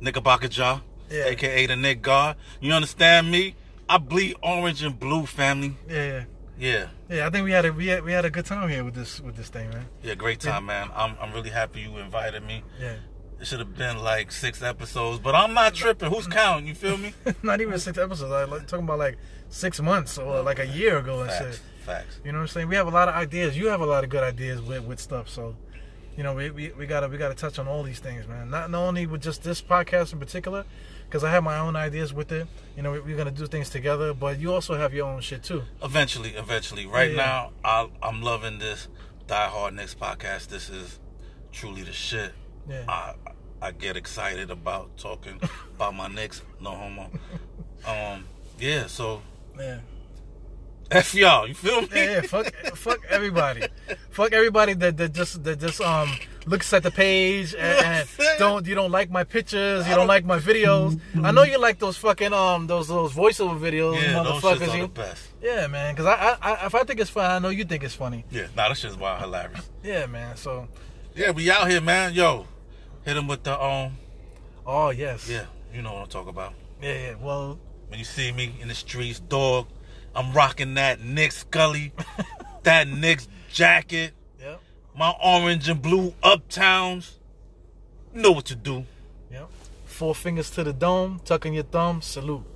Speaker 2: Knickerbocker Jaw,
Speaker 1: Yeah.
Speaker 2: aka the Nick God. You understand me? I bleed orange and blue, family.
Speaker 1: Yeah.
Speaker 2: Yeah,
Speaker 1: Yeah. I think we had a we had, we had a good time here with this with this thing, man.
Speaker 2: yeah, great time, man. I'm, I'm really happy you invited me.
Speaker 1: Yeah.
Speaker 2: It should have been like six episodes, but I'm not tripping. Who's counting? You feel
Speaker 1: (laughs)
Speaker 2: me?
Speaker 1: Not even six episodes. I like talking about like six months or like a year ago and
Speaker 2: Facts,
Speaker 1: shit.
Speaker 2: facts.
Speaker 1: You know what I'm saying? We have a lot of ideas. You have a lot of good ideas with, with stuff. So, you know, we, we, we gotta we gotta touch on all these things, man. Not not only with just this podcast in particular, because I have my own ideas with it. You know, we, we're gonna do things together. But you also have your own shit too.
Speaker 2: Eventually, eventually. Right
Speaker 1: Yeah.
Speaker 2: now, I, I'm loving this Die Hard Next podcast. This is truly the shit.
Speaker 1: Yeah.
Speaker 2: I I get excited
Speaker 1: (laughs)
Speaker 2: about talking about my next no homo. Um, yeah. So (laughs)
Speaker 1: Yeah.
Speaker 2: f y'all. You feel me?
Speaker 1: Yeah, yeah, fuck, fuck everybody, fuck everybody that, that just that just um looks at the page and, and don't you don't like my pictures, you don't, like my videos. I know you like those fucking um those those voiceover videos,
Speaker 2: Yeah, those shits
Speaker 1: motherfuckers.
Speaker 2: are the
Speaker 1: You,
Speaker 2: best.
Speaker 1: yeah, man, because I, I I if I think it's funny, I know you think it's funny.
Speaker 2: Yeah, nah, that shit's wild hilarious.
Speaker 1: Yeah, man. So,
Speaker 2: Yeah, we out here, man. Yo, hit him with the um.
Speaker 1: oh yes,
Speaker 2: Yeah, you know what I'm talking about.
Speaker 1: yeah, yeah. Well,
Speaker 2: When you see me in the streets, dog, I'm rocking that Nick Scully, that Nick's jacket,
Speaker 1: yep,
Speaker 2: my orange and blue uptowns. You know what to do.
Speaker 1: yep. Four fingers to the dome, tucking your thumb, salute.